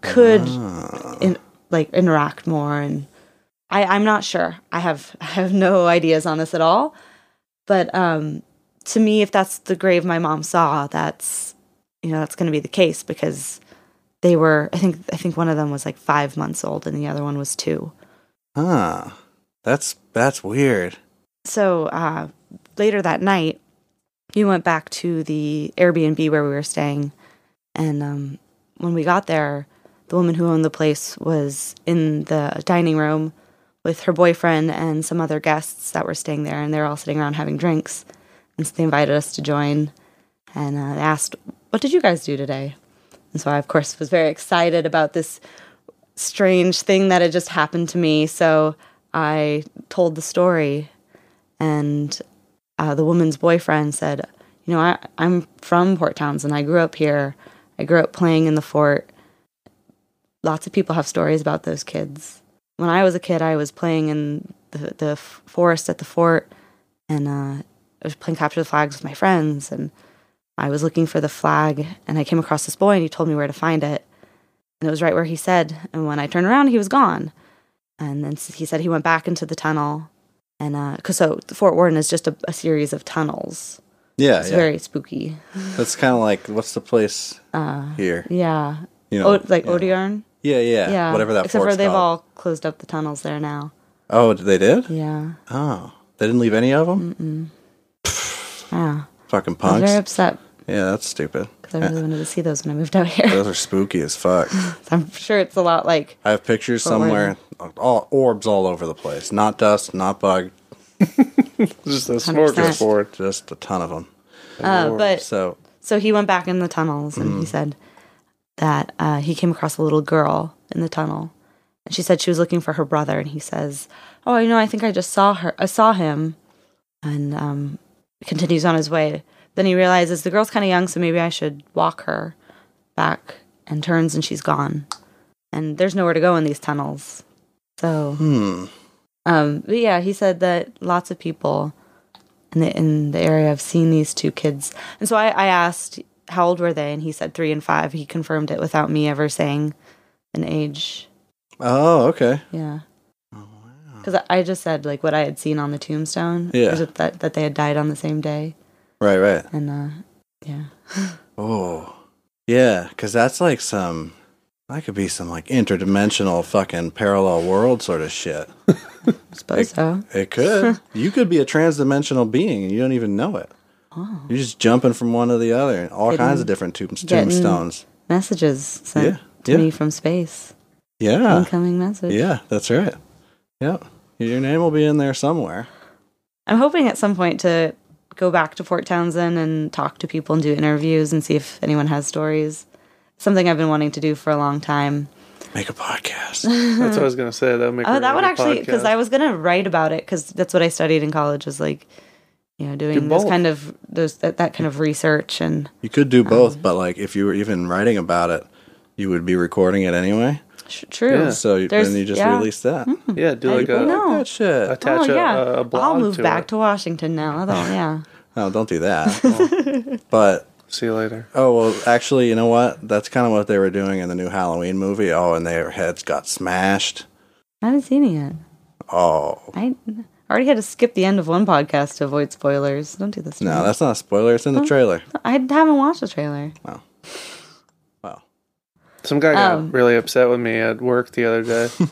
S4: could
S2: Ah.
S4: in, like interact more and I I'm not sure. I have I have no ideas on this at all. But um to me if that's the grave my mom saw, that's you know, that's going to be the case because they were I think I think one of them was like 5 months old and the other one was 2.
S2: Huh. That's that's weird.
S4: so uh, later that night, we went back to the Airbnb where we were staying, and um, when we got there, the woman who owned the place was in the dining room with her boyfriend and some other guests that were staying there, and they were all sitting around having drinks, and so they invited us to join, and uh, they asked, "What did you guys do today?" And so I, of course, was very excited about this strange thing that had just happened to me. So I told the story and uh, the woman's boyfriend said, "You know, I, I'm from Port Townsend. I grew up here. I grew up playing in the fort. Lots of people have stories about those kids. When I was a kid, I was playing in the the f- forest at the fort, and uh, I was playing capture the flags with my friends. And I was looking for the flag, and I came across this boy, and he told me where to find it. And it was right where he said. And when I turned around, he was gone. And then s- he said he went back into the tunnel." and uh 'cause so Fort Warden is just a, a series of
S2: Uh,
S4: tunnels.
S2: Yeah,
S4: It's
S2: yeah.
S4: very spooky. Uh,
S2: That's kind of like what's the place here?
S4: Yeah,
S2: You know,
S4: oh, like
S2: yeah.
S4: Odearn.
S2: Yeah, yeah,
S4: Yeah.
S2: Whatever that.
S4: Except for
S2: fort's
S4: they've
S2: called.
S4: all closed up the tunnels there now.
S2: Oh, they did.
S4: Yeah,
S2: Oh, they didn't leave any of them.
S4: yeah.
S2: Fucking
S4: I was
S2: punks.
S4: very upset
S2: yeah, that's stupid.
S4: because I really wanted to see those when I moved out here.
S2: Those are spooky as fuck.
S4: I'm sure it's a lot like
S2: I have pictures
S4: were
S2: somewhere. All orbs all over the place. Not dust. Not bug.
S3: Just a
S4: 100%.
S3: smorgasbord.
S2: Just a ton of them.
S4: Uh, but
S2: So
S4: so he went back in the tunnels and he said that uh, he came across a little girl in the tunnel and she said she was looking for her brother and he says oh you know i think i just saw her i saw him and um, continues on his way then he realizes the girl's kind of young so maybe i should walk her back and turns and she's gone and there's nowhere to go in these tunnels so
S2: hmm.
S4: um, but yeah, he said that lots of people in the in the area have seen these two kids, and so I, I asked how old were they, and he said three and five. He confirmed it without me ever saying an age.
S2: Oh, okay.
S4: Yeah,
S2: Oh,
S4: because I I just said like what I had seen on the tombstone.
S2: Yeah.
S4: was it that that they had died on the same day,
S2: Right, right.
S4: and uh, yeah,
S2: Oh, yeah. Because that's like some. That could be some like interdimensional fucking parallel world sort of shit.
S4: I suppose so.
S2: It could. you could be a transdimensional being and you don't even know it.
S4: oh,
S2: You're just jumping from one to the other and all kinds of different tomb-
S4: getting-
S2: tombstones.
S4: Messages sent
S2: Yeah,
S4: to
S2: yeah.
S4: me from space.
S2: Yeah.
S4: Incoming message.
S2: Yeah, that's right. Yep. Your name will be in there somewhere.
S4: I'm hoping at some point to go back to Fort Townsend and talk to people and do interviews and see if anyone has stories. Something I've been wanting to do for a long time.
S2: Make a podcast.
S3: That's what I was gonna say. That would make.
S4: Oh,
S3: a
S4: that would
S3: really
S4: actually because
S3: podcast.
S4: I was gonna write about it because that's what I studied in college was like, you know, doing
S3: Do
S4: those
S3: both.
S4: kind of those that, that kind of research and
S2: you could do both, but like if you were even writing about it, you would be recording it anyway.
S4: Sh- true.
S3: Yeah.
S2: So you-
S4: There's-
S2: then you just
S4: yeah.
S2: release that.
S3: Yeah, do like
S4: people
S3: a
S4: know.
S2: That shit.
S3: attach
S4: oh
S3: a-
S4: yeah,
S3: a, a blog.
S4: I'll move
S3: to
S4: back
S3: it.
S4: to Washington now. Although, yeah,
S2: No, don't do that. but
S3: See you later.
S2: oh well, actually, you know what? That's kind of what they were doing in the new Halloween movie. Oh, and their heads got smashed.
S4: I haven't seen it yet.
S2: Oh
S4: I already had to skip the end of one podcast to avoid spoilers. Don't do this. to
S2: no,
S4: me.
S2: that's not a spoiler. It's in the trailer.
S4: I haven't watched the trailer.
S2: Wow.
S3: Some guy got
S4: Um,
S3: really upset with me at work the other day. 'Cause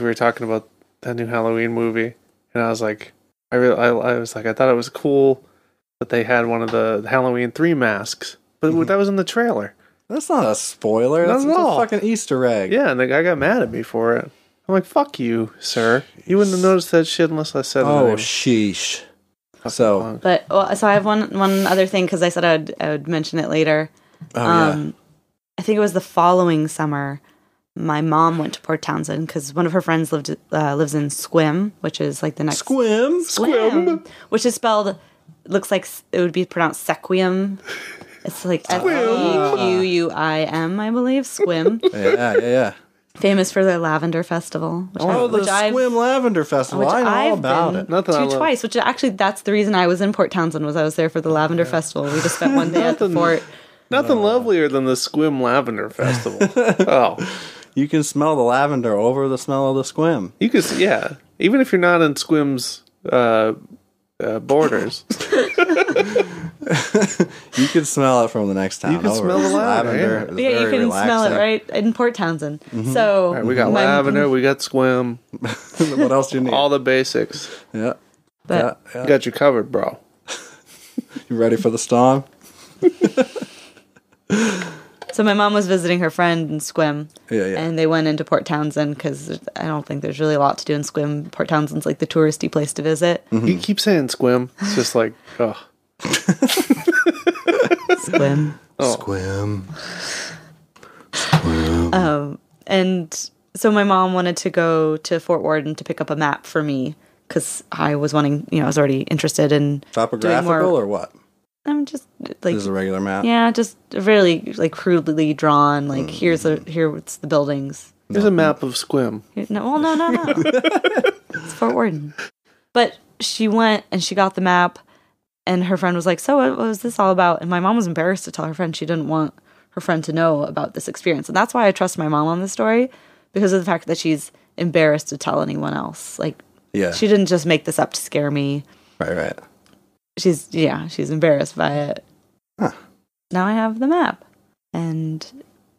S3: we were talking about that new Halloween movie, and I was like, I really, I, I was like, I thought it was cool that they had one of the Halloween three masks, but that was in the trailer.
S2: That's not a spoiler.
S3: Not
S2: That's
S3: at
S2: just a
S3: all.
S2: fucking Easter egg.
S3: Yeah, and the guy got mad at me for it. I'm like, fuck you, sir. You wouldn't have noticed that shit unless I said it.
S2: Oh
S3: anyway.
S2: sheesh. So
S3: punk.
S4: But well, so I have one one other thing because I said I would I would mention it later.
S2: oh yeah.
S4: um, I think it was the following summer. My mom went to Port Townsend because one of her friends lived uh, lives in Squim, which is like the next
S2: Squim.
S4: Squim, which is spelled looks like s- it would be pronounced sequium. It's like S E Q U I M, I believe. Squim.
S2: Yeah, yeah, yeah.
S4: famous for their lavender festival, which,
S2: Oh,
S4: I,
S2: the
S4: which I've
S2: Swim Lavender Festival.
S4: which
S2: I know all
S4: I've
S2: about
S4: been
S2: it.
S3: Nothing I
S4: to
S3: love.
S4: twice. Which actually, that's the reason I was in Port Townsend was I was there for the lavender festival. We just spent one day at the
S3: Nothing.
S4: fort.
S3: Nothing lovelier than the Squim Lavender Festival. oh,
S2: You can smell the lavender over the smell of the squim.
S3: you could, s- yeah. Even if you're not in Squim's uh, uh, borders,
S2: You can smell it from the next town.
S3: You can
S2: over.
S3: smell the lavender, yeah.
S2: is
S4: Yeah, you
S2: very
S4: can smell it
S2: relaxing.
S4: right in Port Townsend. So
S3: we got
S4: my-
S3: lavender, we got Squim,
S2: what else do you need?
S3: all the basics.
S2: yeah.
S4: but-
S2: yeah, yeah.
S3: Got you covered, bro.
S2: You ready for the storm?
S4: So my mom was visiting her friend in Squim.
S2: Yeah, yeah.
S4: And they went into Port Townsend because I don't think there's really a lot to do in Squim. Port Townsend's like the touristy place to visit.
S3: You keep saying Squim. It's just like, oh,
S4: Squim.
S3: Oh.
S2: Squim.
S4: And so my mom wanted to go to Fort Warden to pick up a map for me because I was wanting, you know, I was already interested in doing more-
S2: Topographical or what?
S4: I'm just like
S2: This is a regular map.
S4: yeah, just really like crudely drawn. Like here's the here's the buildings.
S3: here's a map of Squim.
S4: No, well, no, no, no. it's Fort Warden. But she went and she got the map, and her friend was like, "So, what was this all about?" And my mom was embarrassed to tell her friend. She didn't want her friend to know about this experience, and that's why I trust my mom on this story because of the fact that she's embarrassed to tell anyone else. Like,
S2: Yeah.
S4: she didn't just make this up to scare me.
S2: Right, right.
S4: She's yeah, she's embarrassed by it.
S2: Huh.
S4: Now I have the map, and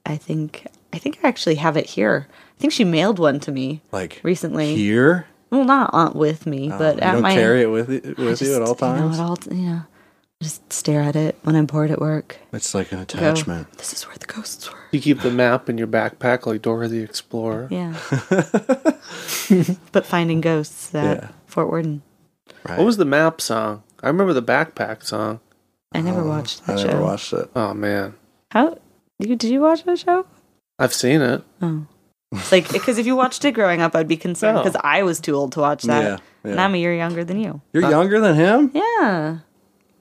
S4: I think I think I actually have it here. I think she mailed one to me
S2: Like
S4: recently.
S2: here?
S4: Well, not aunt with me,
S2: Oh,
S4: but
S2: you
S4: at
S2: don't
S4: my
S2: carry it with you,
S4: I
S2: with you at all
S4: just, you know,
S2: times?
S4: at all t- yeah, I just stare at it when I'm bored at work.
S2: It's like an
S4: Go,
S2: attachment.
S4: this is where the ghosts were.
S3: You keep the map in your backpack like Dora the Explorer.
S4: Yeah, but finding ghosts at
S2: Yeah.
S4: Fort Warden.
S2: Right.
S3: What was the map song? I remember the backpack song.
S4: I never watched
S2: Oh, I
S4: that
S2: never
S4: show.
S2: watched it.
S3: Oh, man.
S4: How you did you watch that show?
S3: I've seen it.
S4: Oh, like because if you watched it growing up, I'd be concerned
S3: No.
S4: because I was too old to watch that,
S2: Oh. Yeah,
S4: and
S2: yeah.
S4: I'm a year younger than you.
S2: You're younger than him?
S4: Yeah,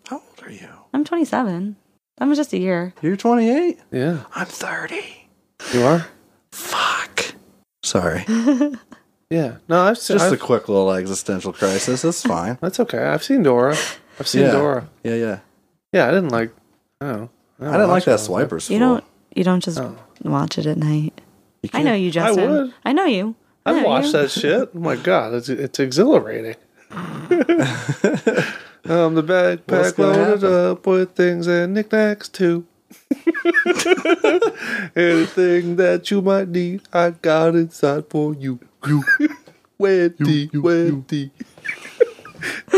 S2: How old are you?
S4: I'm 27. I'm just a year.
S2: You're 28?
S3: Yeah.
S2: I'm 30.
S3: You are?
S2: Fuck. Sorry.
S3: Yeah. No, I've seen
S2: Just
S3: I've,
S2: a quick little existential crisis. It's fine.
S3: That's okay. I've seen Dora. I've seen
S2: yeah.
S3: Dora.
S2: Yeah, yeah.
S3: Yeah, I didn't like. I don't know.
S2: I didn't like
S3: watch
S2: that
S3: it.
S2: swipers.
S4: You
S2: fool.
S4: don't you don't just watch it at night.
S2: You
S4: I know
S2: can't-
S4: you, Justin.
S3: would.
S4: I know you. I
S3: I've
S4: know
S3: watched
S4: you.
S3: that shit. Oh my god, it's it's exhilarating. um, the
S2: What's
S3: backpack
S2: gonna
S3: loaded
S2: happen?
S3: up with things and knickknacks too. Anything that you might need, I got inside for you. You, Wendy, Wendy.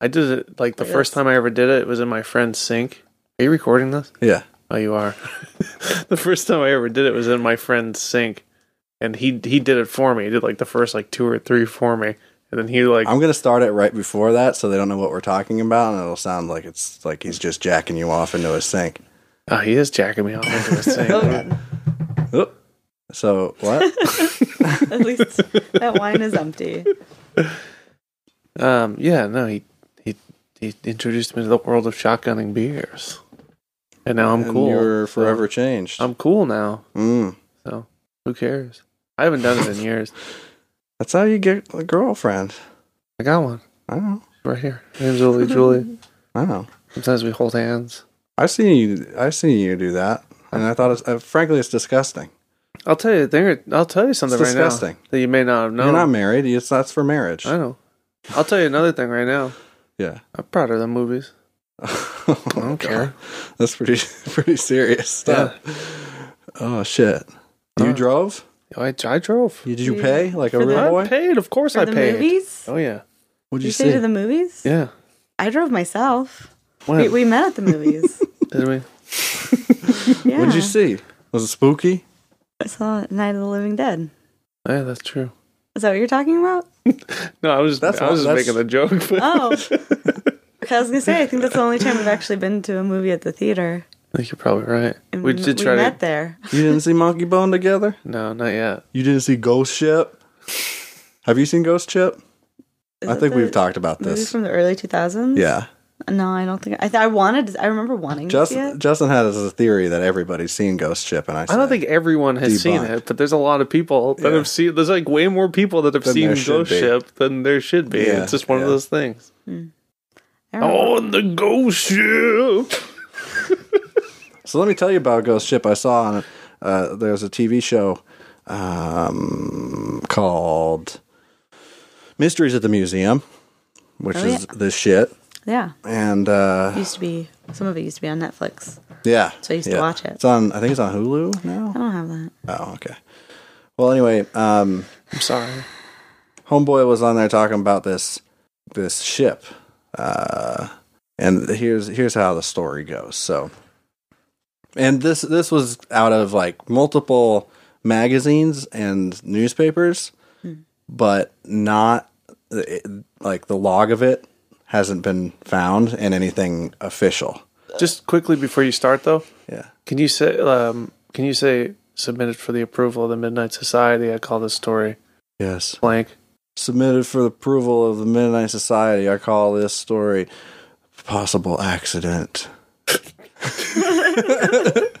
S3: I did it like the first time I ever did it. It was in my friend's sink. Are you recording this?
S2: Yeah.
S3: Oh, you are. the first time I ever did it was in my friend's sink, and he he did it for me. He did like the first like two or three for me, and then he like
S2: I'm gonna start it right before that, so they don't know what we're talking about, and it'll sound like it's like he's just jacking you off into his sink.
S3: oh he is jacking me off into his sink.
S2: Oop. So what?
S4: At least that wine is empty.
S3: um, yeah, no, he he he introduced me to the world of shotgunning beers, and now I'm
S2: And
S3: cool.
S2: You're
S3: So,
S2: forever changed.
S3: I'm cool now.
S2: Mm.
S3: So who cares? I haven't done it in years.
S2: That's how you get a girlfriend.
S3: I got one
S2: I don't know.
S3: right here. My name's Lily Julie.
S2: I don't know.
S3: Sometimes we hold hands.
S2: I've seen you. I've seen you do that, and I thought, it's, uh, frankly, it's disgusting.
S3: I'll tell you, there. I'll tell you something right
S2: disgusting.
S3: now that you may not have known.
S2: You're not married. It's that's for marriage.
S3: I know. I'll tell you another thing right now.
S2: Yeah.
S3: I'm prouder than movies.
S2: I
S3: don't care.
S2: That's pretty pretty serious stuff. Oh shit. You
S3: Uh.
S2: drove?
S3: I, I drove.
S2: You, did you
S4: Yeah.
S2: pay like a
S4: For the-
S2: real
S3: I
S2: boy?
S3: paid. Of course
S4: For
S3: I
S4: the
S3: paid.
S4: movies?
S3: Oh, yeah.
S2: What'd
S4: You,
S2: you,
S4: say
S2: see?
S4: to the movies?
S3: Yeah.
S4: I drove myself.
S3: When?
S4: We, we met at the movies.
S3: Did we?
S4: Yeah.
S2: What'd you see? Was it spooky?
S4: I saw Night of the Living Dead.
S3: Oh, Yeah, that's true.
S4: Is that what you're talking about?
S3: No, I was,
S2: That's
S3: I was
S2: what-
S3: just making a joke. But
S4: Oh. 'Cause I was gonna say I think that's the only time I've actually been to a movie at the theater.
S3: I think you're probably right. We
S4: m-
S3: did try
S4: met
S3: to.
S4: there.
S2: You didn't see Monkey Bone together?
S3: No, not yet.
S2: You didn't see Ghost Ship? Have you seen Ghost Ship?
S4: Is
S2: I
S4: it
S2: think
S4: the
S2: we've talked about
S4: movie
S2: this.
S4: from the early 2000s.
S2: Yeah.
S4: No, I don't think I. Th- I wanted. I remember wanting to see
S2: Justin,
S4: it.
S2: Justin has a theory that everybody's seen Ghost Ship, and I,
S3: I don't think everyone has seen
S2: Debunked.
S3: it, but there's a lot of people that
S2: Yeah.
S3: have seen. There's like way more people that have
S2: Than
S3: seen
S2: there should
S3: Ghost
S2: be.
S3: Ship than there should be.
S2: Yeah,
S3: it's just one of
S2: yeah.
S3: those things.
S4: I remember-
S3: Oh, and the Ghost Ship.
S2: so. Let me tell you about Ghost Ship. I saw on uh, there's a TV show um, called Mysteries at the Museum, which
S4: Oh,
S2: is
S4: yeah.
S2: this shit,
S4: yeah.
S2: and uh,
S4: It used to be some of it used to be on Netflix.
S2: yeah,
S4: So I used to
S2: yeah.
S4: watch it.
S2: It's on. I think it's on Hulu now.
S4: I don't have that.
S2: Oh, okay. Well, anyway, um,
S3: I'm sorry.
S2: homeboy was on there talking about this this ship uh and here's here's how the story goes so and this this was out of like multiple magazines and newspapers but not it, like the log of it hasn't been found in anything official
S3: Just quickly before you start, though,
S2: yeah
S3: can you say um, can you say submitted for the approval of the Midnight Society? I call this story
S2: yes
S3: blank.
S2: submitted for the approval of the midnight society i call this story possible accident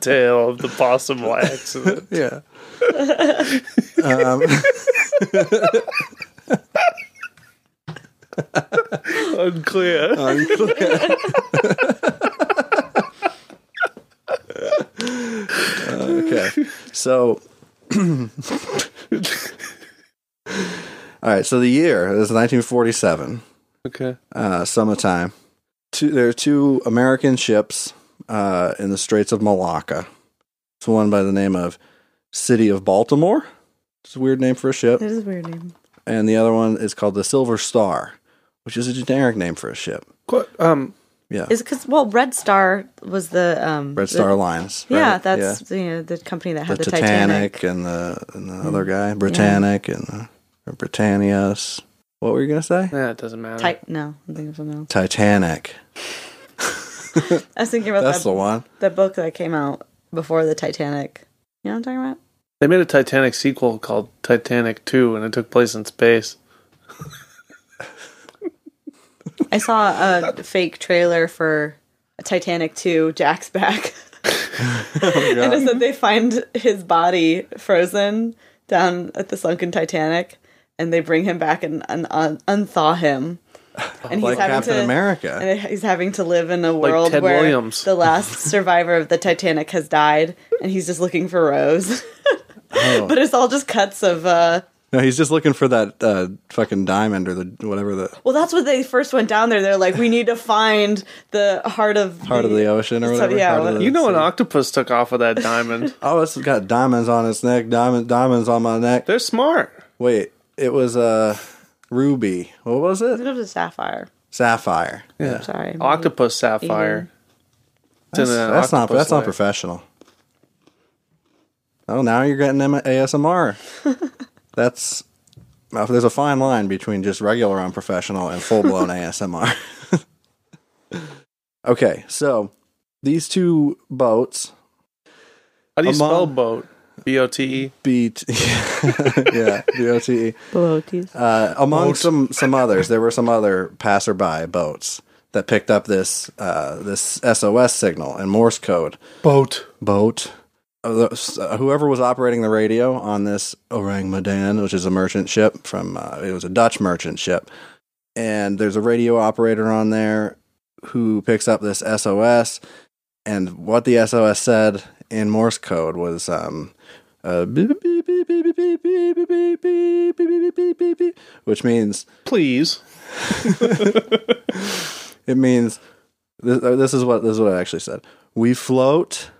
S3: Tale of the possible accident.
S2: yeah Um,
S3: Unclear.
S2: Unclear. okay. So, all right. So the year is 1947,
S3: okay.
S2: uh, summertime. Two, there are two American ships uh, in the Straits of Malacca. It's one by the name of City of Baltimore. It's a weird name for a ship,
S4: It is a weird name.
S2: and the other one is called the Silver Star, which is a generic name for a ship.
S3: Qu- um,
S2: Yeah,
S4: Is because well, Red Star was the um
S2: Red
S4: the-
S2: Star Alliance. right?
S4: Yeah, that's you know the company that
S2: the,
S4: had the,
S2: Titanic,
S4: Titanic. Mm.
S2: and the and the other guy, Britannic and the, or Britannias. What were you gonna say?
S3: yeah, it doesn't matter.
S4: Tit- no, I'm thinking of something else.
S2: Titanic.
S4: I was thinking about
S2: That's
S4: that,
S2: the one.
S4: that book that came out before the Titanic. You know what I'm talking about?
S3: They made a Titanic sequel called Titanic 2, and it took place in space.
S4: I saw a fake trailer for Titanic 2, Jack's back.
S2: Oh,
S4: and it said they find his body frozen down at the sunken Titanic and they bring him back and, and un- unthaw him. And
S2: Like Captain America.
S4: And he's having to live in a world
S3: Ted
S4: where
S3: Williams.
S4: the last survivor of the Titanic has died and he's just looking for Rose.
S2: Oh.
S4: but it's all just cuts of uh,
S2: No, he's just looking for that uh, fucking diamond or the whatever the
S4: Well, that's what they first went down there. They're like, we need to find the heart of
S2: heart of the ocean or
S4: So,
S2: whatever.
S4: yeah,
S2: heart of
S4: what-
S2: the
S3: You know, an
S2: sea.
S3: octopus took off of that diamond.
S2: Oh, it's got diamonds on its neck. Diamond, diamonds on my neck.
S3: They're smart.
S2: Wait, it was uh, ruby. What was
S4: It
S2: it?
S4: was a sapphire.
S2: Sapphire.
S3: Yeah.
S4: Sorry.
S3: Octopus sapphire. It's in
S2: That's,
S3: an
S2: that's not.
S3: octopus
S2: That's not
S3: layer.
S2: professional. Oh, now you're getting M- ASMR. that's now, there's a fine line between just regular unprofessional and full blown ASMR. okay, so these two boats,
S3: How do you
S2: Among-
S3: spell boat? B O T E.
S2: beat yeah, B O T E.
S4: Below teeth.
S2: Uh, among
S3: Boat.
S2: some some others, there were some other passerby boats that picked up this uh, this SOS signal in Morse code,
S3: Boat.
S2: boat. Uh, the- uh, whoever was operating the radio on this Orang Medan, which is a merchant ship from, uh, it was a Dutch merchant ship, and there's a radio operator on there who picks up this SOS, and what the SOS said in Morse code was, um, uh, beep, beep, beep, beep, beep, beep, beep, beep, beep, beep, beep, beep, beep, beep, beep, which means
S3: Please.
S2: it means this, uh, this is what this is what I actually said. We float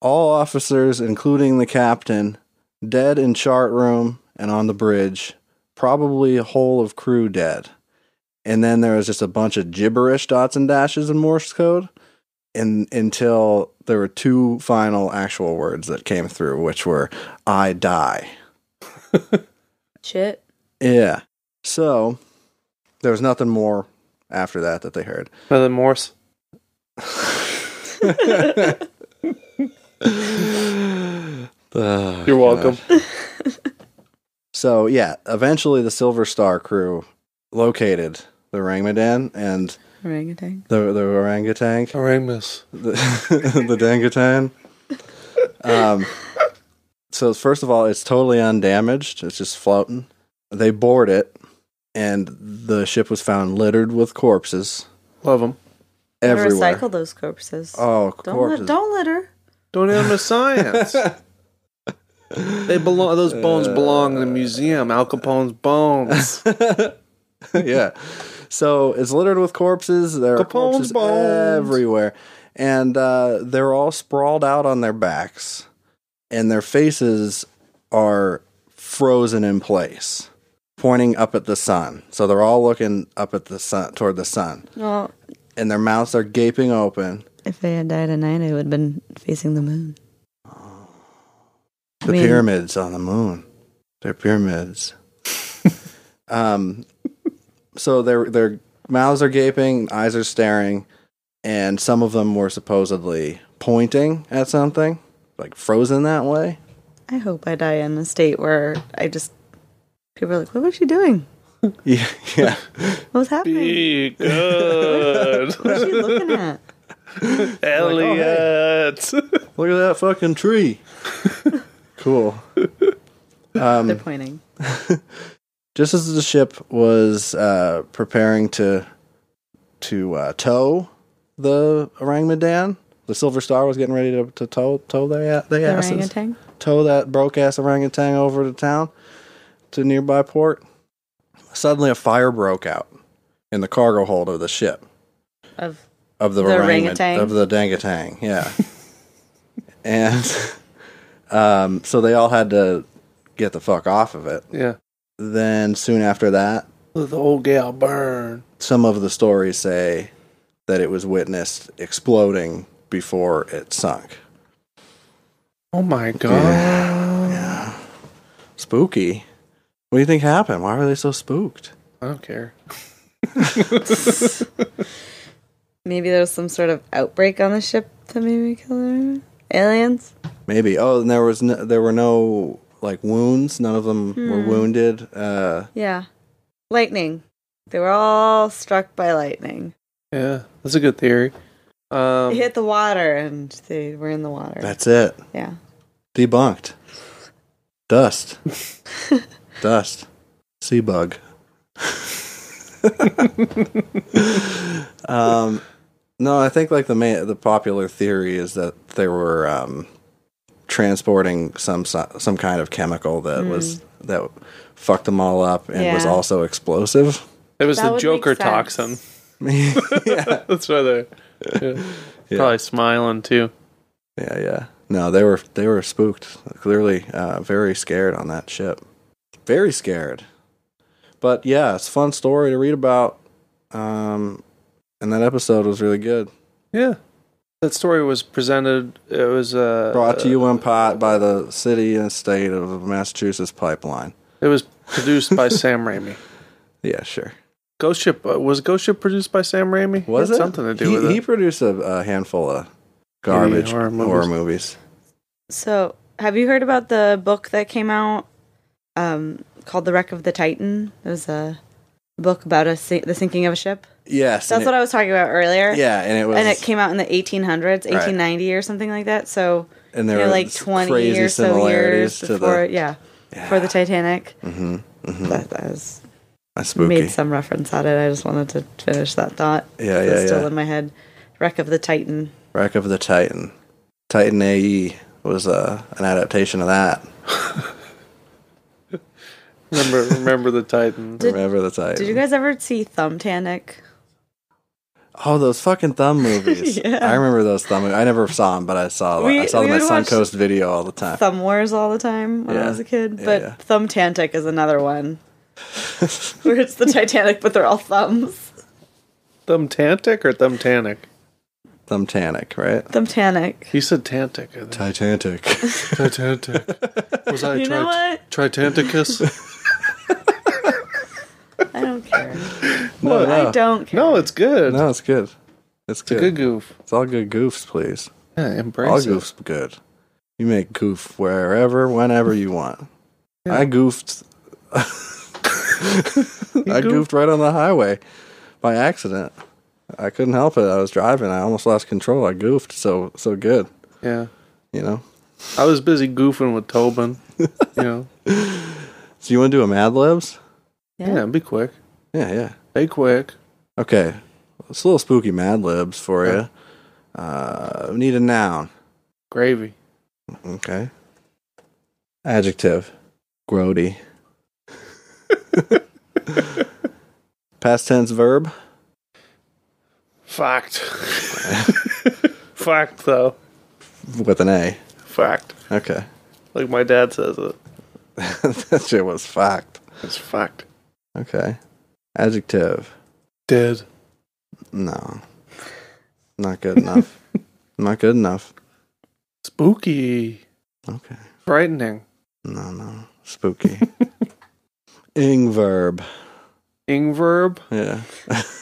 S2: all officers, including the captain, dead in chart room and on the bridge, probably a whole of crew dead. And then there was just a bunch of gibberish dots and dashes in Morse code, and until there were two final actual words that came through, which were "I die."
S4: Shit.
S2: Yeah. So there was nothing more after that that they heard.
S3: Rather than Morse.
S2: Ugh,
S3: You're welcome.
S2: Ah, gosh. So yeah, eventually the Silver Star crew located the Rangmadan and
S4: Orangutan.
S2: The the orangutan,
S3: Aramis.
S2: the, the dangutan. Um, so first of all, it's totally undamaged. It's just floating. They board it, and the ship was found littered with corpses
S3: Love him.
S4: Gotta
S2: everywhere.
S4: Recycle those corpses.
S2: Oh,
S4: don't
S2: corpses!
S4: li- don't litter.
S3: Don't have the science. they belong. Those bones belong
S2: Uh,
S3: in the museum. Al Capone's bones.
S2: yeah. So it's littered with corpses. There are
S3: Capone's
S2: corpses
S3: bones.
S2: everywhere, and uh, they're all sprawled out on their backs, and their faces are frozen in place, pointing up at the sun. So they're all looking up at the sun toward the sun,
S4: Well,
S2: and their mouths are gaping open.
S4: if they had died at night, I would have been facing the moon. I
S2: The
S4: mean-
S2: pyramids on the moon. They're pyramids. um, so their their mouths are gaping, eyes are staring, and some of them were supposedly pointing at something, like frozen that way.
S4: I hope I die in a state where I just people are like, "What was she doing?
S2: Yeah, yeah.
S4: What was happening?
S3: Be good,
S4: What was she looking at?"
S3: Elliot.
S2: Look at that fucking tree. cool.
S4: They're pointing.
S2: Just as the ship was uh, preparing to to uh, tow the orang medan, the Silver Star was getting ready to, to tow tow their a- their
S4: The
S2: asses.
S4: orangutan.
S2: tow that broke ass orangutan over to town to nearby port. Suddenly, a fire broke out in the cargo hold of the ship
S4: Of
S2: of the,
S4: The
S2: orang-
S4: orangutan?
S2: of the dangatang. Yeah, and um, so they all had to get the fuck off of it.
S3: Yeah.
S2: Then soon after that,
S3: Let the old gal burn.
S2: some of the stories say that it was witnessed exploding before it sunk.
S3: Oh my god.
S2: Spooky. What do you think happened? Why were they so spooked?
S3: I don't care.
S4: maybe there was some sort of outbreak on the ship that maybe killed her. Aliens.
S2: Maybe. Oh, and there was no, there were no like wounds. None of them were wounded. Uh,
S4: Yeah. Lightning. They were all struck by lightning.
S3: Yeah, that's a good theory. Um,
S4: They hit the water and they were in the water.
S2: that's it.
S4: yeah.
S2: Debunked. Dust. Dust. Sea bug. um, no, I think like the main the popular theory is that they were um, transporting some so- some kind of chemical that was that fucked them all up and was
S4: Yeah.
S2: also explosive.
S3: it was
S4: That would
S3: the
S4: make
S3: Joker
S4: sense.
S3: toxin. That's why they're yeah.
S2: Yeah.
S3: probably smiling too.
S2: Yeah, yeah. No, they were they were spooked. Clearly, uh, very scared on that ship. Very scared. But yeah, it's a fun story to read about. Um, and that episode was really good.
S3: Yeah, that story was presented. It was uh,
S2: Brought to you in part by the city and state of Massachusetts Pipeline.
S3: It was produced by Sam Raimi.
S2: Yeah, sure.
S3: Ghost Ship uh, was Ghost Ship produced by Sam Raimi.
S2: Was
S3: Had
S2: it
S3: something to do
S2: he,
S3: with
S2: He
S3: it?
S2: produced a, a handful of garbage
S3: horror
S2: horror movies.
S3: movies.
S4: So, have you heard about the book that came out um, called "The Wreck of the Titan"? It was a book about a si- the sinking of a ship.
S2: Yes,
S4: That's what I was talking about earlier.
S2: Yeah, and it was
S4: and it came out in the 1800s, 1890 or something like that. So,
S2: and
S4: you
S2: there
S4: know,
S2: were
S4: like
S2: s-
S4: 20 or so years
S2: to
S4: before,
S2: the
S4: yeah, before the Titanic.
S2: hmm hmm
S4: That, that was
S2: That's spooky.
S4: made some reference at it. I just wanted to finish that thought.
S2: Yeah,
S4: It's
S2: yeah,
S4: still
S2: yeah.
S4: in my head. "Wreck of the Titan."
S2: Wreck of the Titan. Titan AE was uh, an adaptation of that.
S3: Remember, remember the Titan.
S4: Did-
S2: Remember the Titan.
S4: Did you guys ever see Thumbtanic?
S2: oh, those fucking thumb movies.
S4: Yeah.
S2: I remember those thumb movies. I never saw them, but I saw them. I
S4: We-
S2: saw them
S4: we
S2: at
S4: would watch
S2: Suncoast Video all the time.
S4: thumb wars all the time when
S2: Yeah.
S4: I was a kid.
S2: Yeah,
S4: But
S2: yeah.
S4: thumb tantic is another one. Where it's the Titanic but they're all thumbs.
S3: Thumb Tantic or Thumb Tannic?
S2: Thumbtanic, right?
S4: Thumb tantic.
S3: He said Tantic. I think.
S2: Titanic.
S3: Titantic. Was I
S4: You know what?
S3: Tritanticus?
S4: I don't care.
S2: no,
S4: I
S2: no.
S4: don't care.
S3: no, it's good.
S2: no, it's good. It's
S3: It's
S2: good.
S3: a good goof.
S2: It's all good goofs, please.
S3: Yeah,
S2: all
S3: embrace it.
S2: goofs good. You make goof wherever, whenever you want. I goofed. I goofed right on the highway by accident. I couldn't help it. I was driving. I almost lost control. I goofed so so good.
S3: Yeah.
S2: You know.
S3: I was busy goofing with Tobin. You know.
S2: So you want to do a Mad Libs?
S4: Yeah.
S3: Yeah, be quick.
S2: Yeah, yeah.
S3: Be quick.
S2: Okay, it's a little spooky Mad Libs for
S3: Yeah.
S2: you. Uh, we need a noun.
S3: Gravy.
S2: Okay. Adjective. Grody. Past tense verb.
S3: Fact. Fact though.
S2: with an A.
S3: Fact.
S2: Okay.
S3: Like my dad says it.
S2: that shit was fucked.
S3: It's fact.
S2: Okay. Adjective.
S3: Dead.
S2: No. Not good enough. Not good enough.
S3: Spooky.
S2: Okay.
S3: Frightening.
S2: No, no. Spooky. Ing verb.
S3: Ing verb.
S2: Yeah.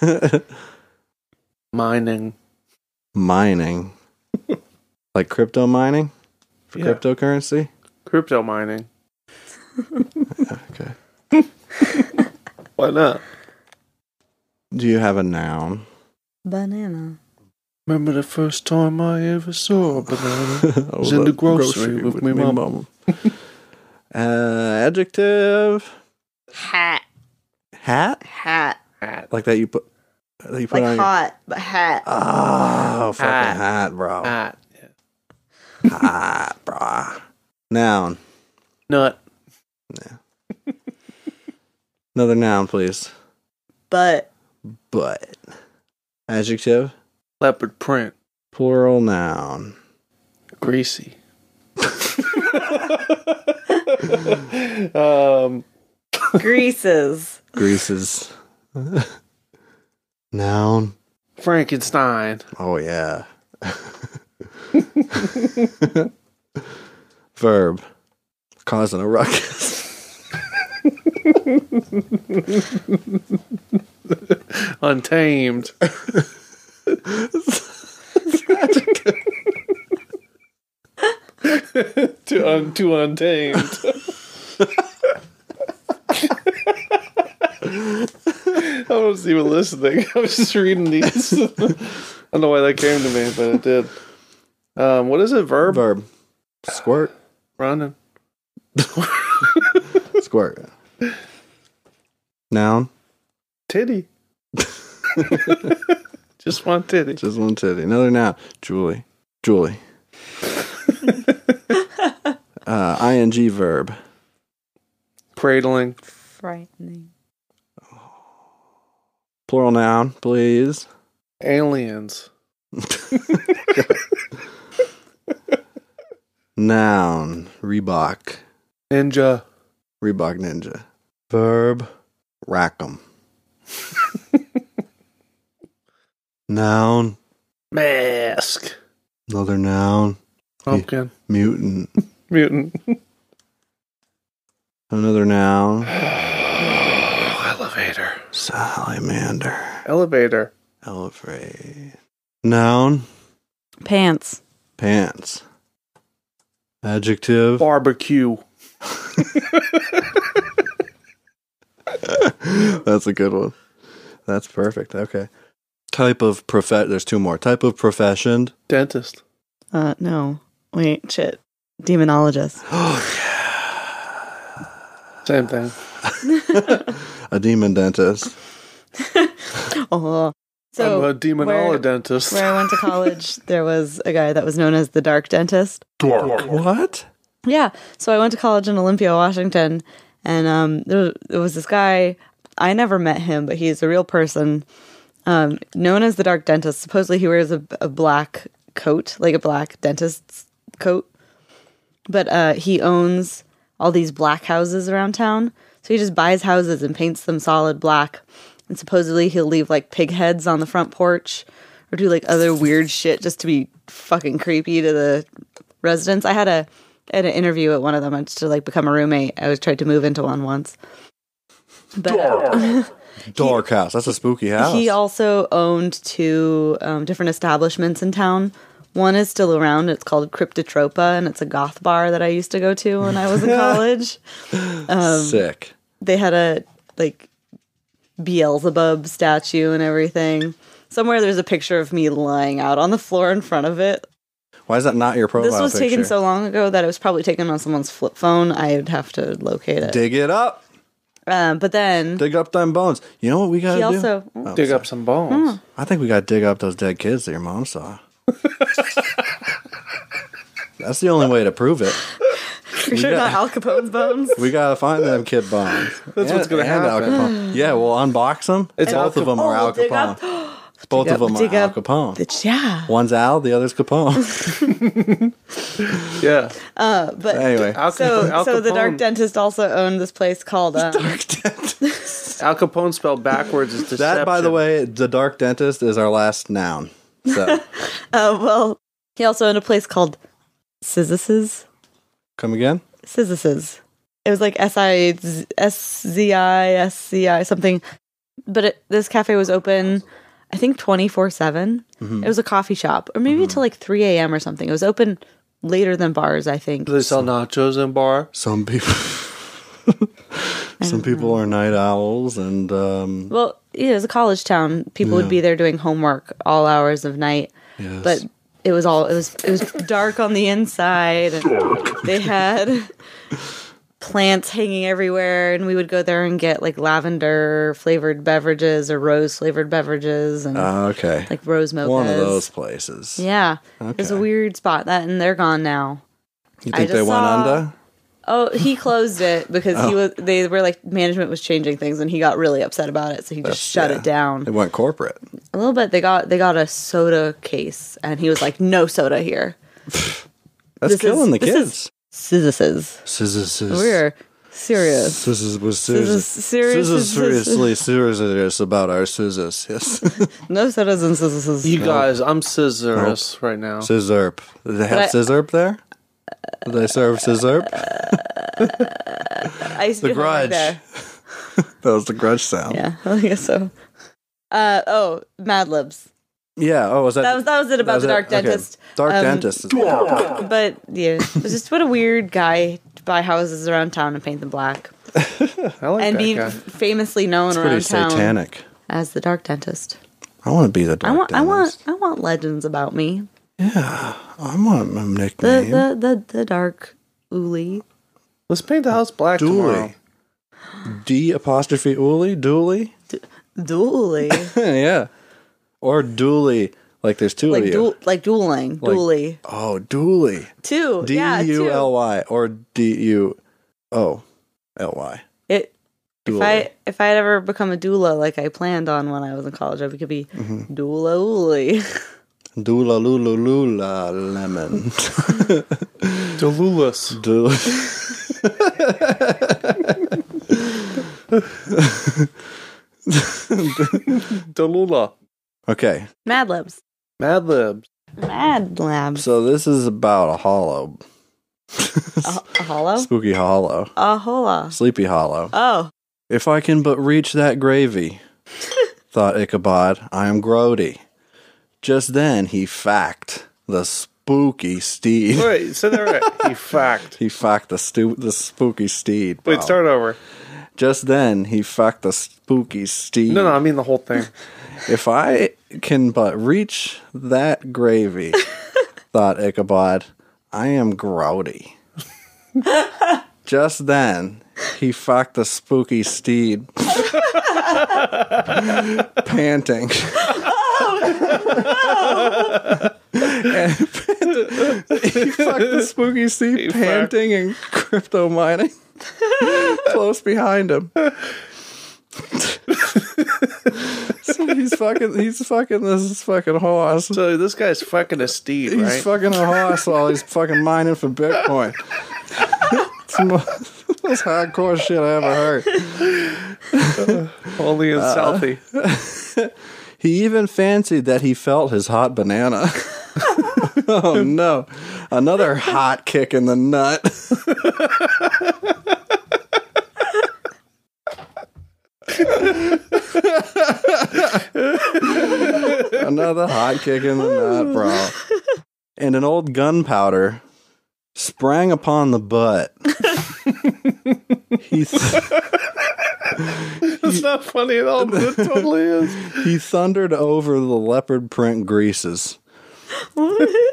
S3: Mining.
S2: mining. Like crypto mining for
S3: Yeah.
S2: cryptocurrency?
S3: Crypto mining.
S2: Okay.
S3: Why not?
S2: Do you have a noun?
S4: Banana.
S3: Remember the first time I ever saw a banana?
S2: I
S3: was in the grocery with me mum.
S2: uh, adjective.
S4: Hat.
S2: Hat?
S4: Hat.
S2: Like that you put that you put on
S4: Like
S2: your
S4: hot, but hat.
S2: Oh, fucking
S3: Hot.
S2: hot, bro.
S4: Uh.
S3: Hot.
S2: Hot, bro. Noun.
S3: Nut.
S2: Another noun, please.
S4: But
S2: But. Adjective.
S3: Leopard print.
S2: Plural noun.
S3: Greasy. um,
S4: greases.
S2: Greases. noun.
S3: Frankenstein.
S2: Oh, yeah. Verb. Causing a ruckus.
S3: Untamed. too, un- too untamed. I wasn't even listening. I was just reading these. I don't know why that came to me, but it did. Um, what is it? Verb?
S2: Verb. Squirt.
S3: Running.
S2: Squirt. Noun.
S3: Titty. just one titty.
S2: Just one titty. Another noun. Julie. Julie. uh, ing verb.
S3: Cradling.
S4: Frightening.
S2: Plural noun, please.
S3: Aliens.
S2: Noun. Reebok.
S3: Ninja.
S2: Reebok ninja. Verb. Rackham. noun.
S3: Mask.
S2: Another noun.
S3: Pumpkin.
S2: Mutant.
S3: Mutant.
S2: Another noun.
S3: Elevator.
S2: Salamander.
S3: Elevator.
S2: Elfray. Noun.
S4: Pants.
S2: Pants. Adjective.
S3: Barbecue.
S2: That's a good one. That's perfect. Okay. Type of profession. There's two more. Type of profession.
S3: Dentist.
S4: Uh, no. Wait, shit. Demonologist.
S3: Same thing.
S2: A demon dentist.
S4: Oh.
S3: I'm a
S4: where,
S3: demonologist.
S4: where I went to college, there was a guy that was known as the Dark Dentist.
S2: What?
S4: Yeah. So I went to college in Olympia, Washington, and um, there, there was this guy. I never met him, but he's a real person, um, known as the Dark Dentist. Supposedly, he wears a, a black coat, like a black dentist's coat. But uh, he owns all these black houses around town, so he just buys houses and paints them solid black. And supposedly, he'll leave like pig heads on the front porch, or do like other weird shit just to be fucking creepy to the residents. I had a I had an interview at one of them I just to like become a roommate. I was tried to move into one once. But uh,
S2: Dark house. That's a spooky house.
S4: he also owned two um, different establishments in town. One is still around. It's called Cryptotropa, and it's a goth bar that I used to go to when I was in college. um,
S2: Sick.
S4: they had a like Beelzebub statue and everything. somewhere there's a picture of me lying out on the floor in front of it.
S2: Why is that not your profile
S4: this was
S2: picture?
S4: taken so long ago that it was probably taken on someone's flip phone. I'd have to locate it.
S2: Dig it up.
S4: Um, but then
S2: Dig up them bones. You know what we gotta
S4: he
S2: do?
S4: also
S3: Dig up some bones.
S4: Hmm.
S2: I think we gotta dig up those dead kids that your mom saw. That's the only way to prove it.
S4: for sure not Al Capone's bones.
S2: We gotta find them kid bones. That's
S3: what's gonna happen.
S2: Yeah, we'll unbox them.
S3: It's Al
S2: both of them
S4: Oh,
S2: are Al
S4: we'll dig up-
S2: Capone. Both of
S4: up-
S2: them are
S4: dig
S2: Al
S4: up
S2: Capone.
S4: Bitch, yeah.
S2: One's Al, the other's Capone.
S3: Yeah.
S4: Uh, But
S2: anyway,
S3: Al,
S4: so
S3: Al
S4: so the dark
S3: Capone-
S4: dentist also owned this place called um,
S3: Al Capone spelled backwards is deception.
S2: that by the way, the dark dentist is our last noun. So
S4: uh, well he also owned a place called Scissors.
S2: come again.
S4: Scissors. It was like S I S Z I S C I something. But it, this cafe was open, I think twenty four seven.
S3: Mm-hmm.
S4: It was a coffee shop, or maybe until like three a.m. or something. It was open later than bars, I think.
S3: they sell nachos in bar.
S2: Some people, some people are night owls, and um,
S4: Well, yeah, it was a college town. People would be there doing homework all hours of night.
S2: Yes.
S4: But it was all it was it was dark on the inside. And they had plants hanging everywhere and we would go there and get like lavender flavored beverages or rose flavored beverages and
S2: Ah, okay,
S4: like rose mochas.
S2: one of those places.
S4: Yeah. It was a
S2: Okay.
S4: weird spot that and they're gone now.
S2: You
S4: I
S2: think they
S4: just
S2: went
S4: saw-
S2: under?
S4: Oh, he closed it because he
S2: Oh.
S4: was they were like management was changing things and he got really upset about it so he just shut
S2: yeah.
S4: it down.
S2: They went corporate.
S4: a little bit they got they got a soda case and he was like no soda here
S2: That's
S4: This is-
S2: killing the
S4: this
S2: kids.
S4: scissors
S2: Scissors.
S4: we're serious
S2: Scissors was serious.
S4: Scissors- serious-
S2: Scissors seriously serious about our scissors. Yes.
S4: no sodas and scissors
S3: You guys, I'm scissors right now.
S2: Scissorp. Did they have
S4: I-
S2: scissorp there? Did they serve scissorp?
S4: I used to
S2: The
S4: do
S2: grudge.
S4: homework there.
S2: That was the grudge sound.
S4: yeah i guess so uh oh mad libs
S2: Yeah, Oh, was that?
S4: that was that was it about
S2: was
S4: the dark
S2: Okay.
S4: dentist
S2: Dark
S4: Um,
S2: dentist. is-
S4: but yeah it was just what a weird guy to buy houses around town and paint them black
S3: I like
S4: and
S3: that
S4: be
S3: guy.
S4: famously known
S2: It's pretty
S4: around town
S2: satanic.
S4: as the dark dentist
S2: I want to be the dark
S4: I want, I
S2: dentist.
S4: want, I want legends about me.
S2: I want my
S4: The,
S2: nickname.
S4: the, the, the dark Uli.
S3: Let's paint the house black tomorrow.
S2: Dooley. D apostrophe Ooley? Dooley?
S4: Dooley.
S2: yeah. Or Dooley. Like there's two
S4: like
S2: of you.
S4: duel, like dueling,
S2: Like-
S4: dually.
S2: oh, Dooley.
S4: Two,
S2: D
S4: Oh, yeah,
S2: U
S4: two.
S2: L Y or D U O L Y.
S4: It, if
S2: Dually.
S4: I if I had ever become a doula like I planned on when I was in college, I could be
S2: Mm-hmm.
S4: doula uli.
S2: Doula lulu lula lemon.
S3: Delulus.
S2: Dool-
S3: Delula.
S2: okay,
S4: Mad Libs,
S3: Mad Libs.
S4: Mad Labs,
S2: so this is about a hollow,
S4: a, a hollow,
S2: spooky hollow,
S4: a hola.
S2: sleepy hollow.
S4: Oh,
S2: If I can but reach that gravy, thought Ichabod, I am grody. Just then he facked the spooky steed.
S3: Wait, so there right. He fact.
S2: He facked the stu- the spooky steed.
S3: Wait,
S2: pal.
S3: start over.
S2: Just then he facked the spooky steed.
S3: No, no, I mean the whole thing.
S2: If I can but reach that gravy, thought Ichabod, I am grody. Just then, he fucked the spooky steed, panting.
S3: Oh,
S2: and panted- he fucked the spooky steed,
S3: He fucked.
S2: panting and crypto mining close behind him. so he's fucking he's fucking this fucking horse.
S3: So this guy's fucking a steed,
S2: He's
S3: right?
S2: fucking a horse while he's fucking mining for Bitcoin. it's the most, most hardcore shit I ever heard.
S3: Only in Southie.
S2: He even fancied that he felt his hot banana. oh no. Another hot kick in the nut. Another hot kick in the nut, bro. And an old gunpowder sprang upon the butt. he th- he
S3: That's not funny at all. But it totally is.
S2: He thundered over the leopard print greases.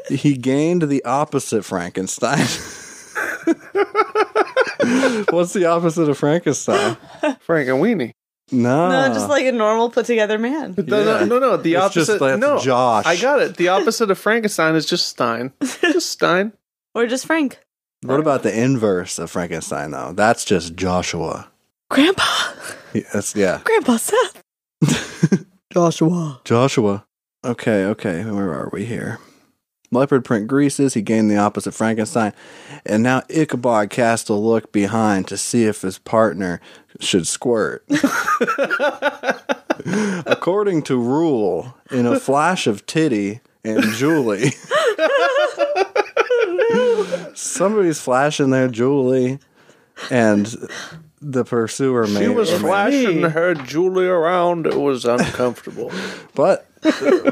S2: he gained the opposite Frankenstein. What's the opposite of Frankenstein?
S3: Frank and Weenie.
S2: No.
S4: No, just like a normal put together man.
S3: No,
S2: Yeah.
S3: no, no, no. The
S2: It's
S3: opposite.
S2: just that's
S3: no,
S2: Josh.
S3: I got it. The opposite of Frankenstein is just Stein. Just Stein.
S4: Or just Frank.
S2: What about the inverse of Frankenstein though? That's just Joshua.
S4: Grandpa.
S2: Yeah, That's yeah.
S4: Grandpa Seth. Joshua.
S2: Joshua. Okay, okay. Where are we here? Leopard print greases. He gained the opposite Frankenstein. And now Ichabod cast a look behind to see if his partner should squirt. According to rule, in a flash of titty and Julie. Somebody's flashing their Julie, and the pursuer may.
S3: She was
S2: or may-
S3: flashing her Julie around. It was uncomfortable.
S2: But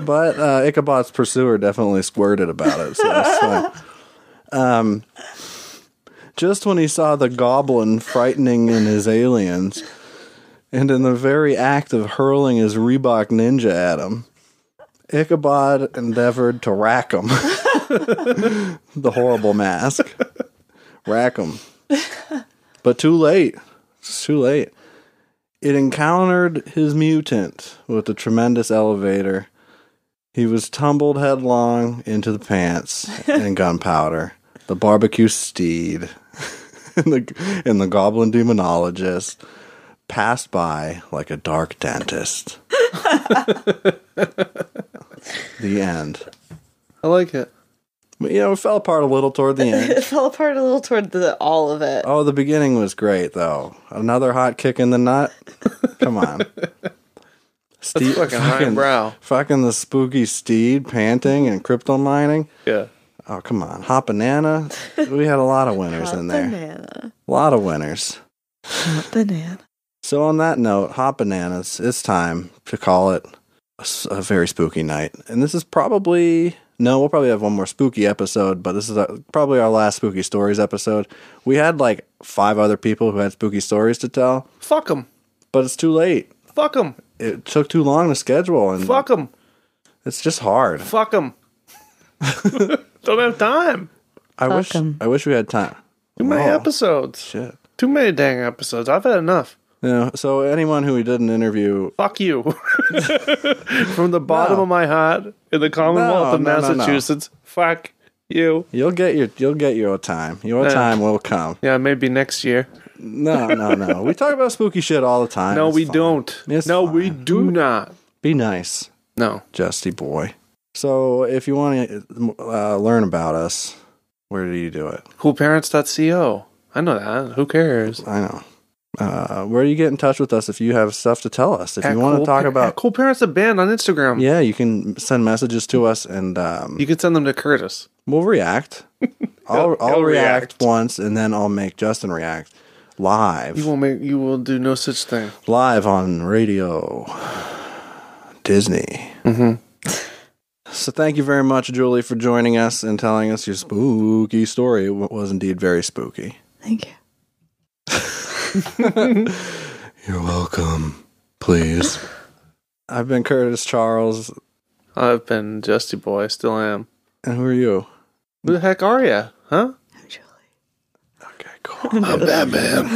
S2: but uh, Ichabod's pursuer definitely squirted about it. So that's fine. Um, just when he saw the goblin frightening in his aliens, and in the very act of hurling his Reebok ninja at him, Ichabod endeavored to rack him. the horrible mask, rack him, but too late. It's too late it encountered his mutant with the tremendous elevator. He was tumbled headlong into the pants and gunpowder. The barbecue steed and the and the goblin demonologist passed by like a dark dentist. the end.
S3: I like it.
S2: But, you know, it fell apart a little toward the end.
S4: It fell apart a little toward the all of it.
S2: Oh, the beginning was great though. Another hot kick in the nut. Come on. Steve,
S3: fucking highbrow.
S2: fucking the spooky steed panting and crypto mining.
S3: Yeah.
S2: Oh, come on. Hot banana. We had a lot of winners in there.
S4: Banana.
S2: A lot of winners.
S4: Banana.
S2: So on that note, hot bananas, it's time to call it a, s- a very spooky night. And this is probably no, we'll probably have one more spooky episode, but this is our, probably our last spooky stories episode. We had like five other people who had spooky stories to tell,
S3: Fuck them.
S2: but it's too late.
S3: Fuck them.
S2: It took too long to schedule, and
S3: Fuck them.
S2: it's just hard.
S3: Fuck them. Don't have time.
S2: I
S4: Fuck
S2: wish
S4: 'em.
S2: I wish we had time.
S3: Too many
S2: Oh,
S3: episodes.
S2: Shit.
S3: Too many dang episodes. I've had enough.
S2: Yeah, so anyone who we did an interview,
S3: Fuck you. From the bottom
S2: No.
S3: of my heart in the Commonwealth
S2: No,
S3: of
S2: no, no, no.
S3: Massachusetts. Fuck you.
S2: you'll get your you'll get your time. Your
S3: Yeah.
S2: time will come.
S3: Yeah, maybe next year.
S2: No, no, no. we talk about spooky shit all the time.
S3: No,
S2: It's
S3: we
S2: fine.
S3: don't.
S2: It's
S3: no, we
S2: fine.
S3: do not.
S2: Be nice,
S3: No.
S2: Justy boy. So if you want to uh, learn about us, where do you do it?
S3: Coolparents.co. I know that. Who cares?
S2: I know. Uh, where do you get in touch with us if you have stuff to tell us? If
S3: At
S2: you want
S3: Cool
S2: to talk
S3: Par-
S2: about,
S3: at Cool Parents the Band on Instagram.
S2: yeah, you can send messages to us and um,
S3: You can send them to Curtis.
S2: We'll react. I'll,
S3: He'll-
S2: I'll
S3: he'll
S2: react,
S3: react.
S2: once, and then I'll make Justin react
S3: You
S2: live,
S3: will make you will do no such thing.
S2: live on radio, Disney. Mm-hmm. So thank you very much, Julie, for joining us and telling us your spooky story. It wa- was indeed very spooky.
S4: Thank you.
S2: You're welcome. Please. I've been Curtis Charles,
S3: I've been Justy Boy, still am.
S2: and who are you?
S3: Who the heck are you? Huh?
S4: I'm Julie.
S2: Okay, cool. I'm Batman.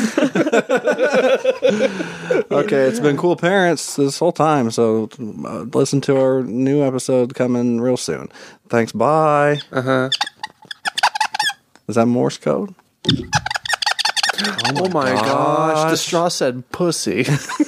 S2: okay, it's been cool parents this whole time. So uh, listen to our new episode coming real soon. Thanks. Bye.
S3: Uh huh.
S2: Is that Morse code?
S3: Oh my gosh. The straw said pussy.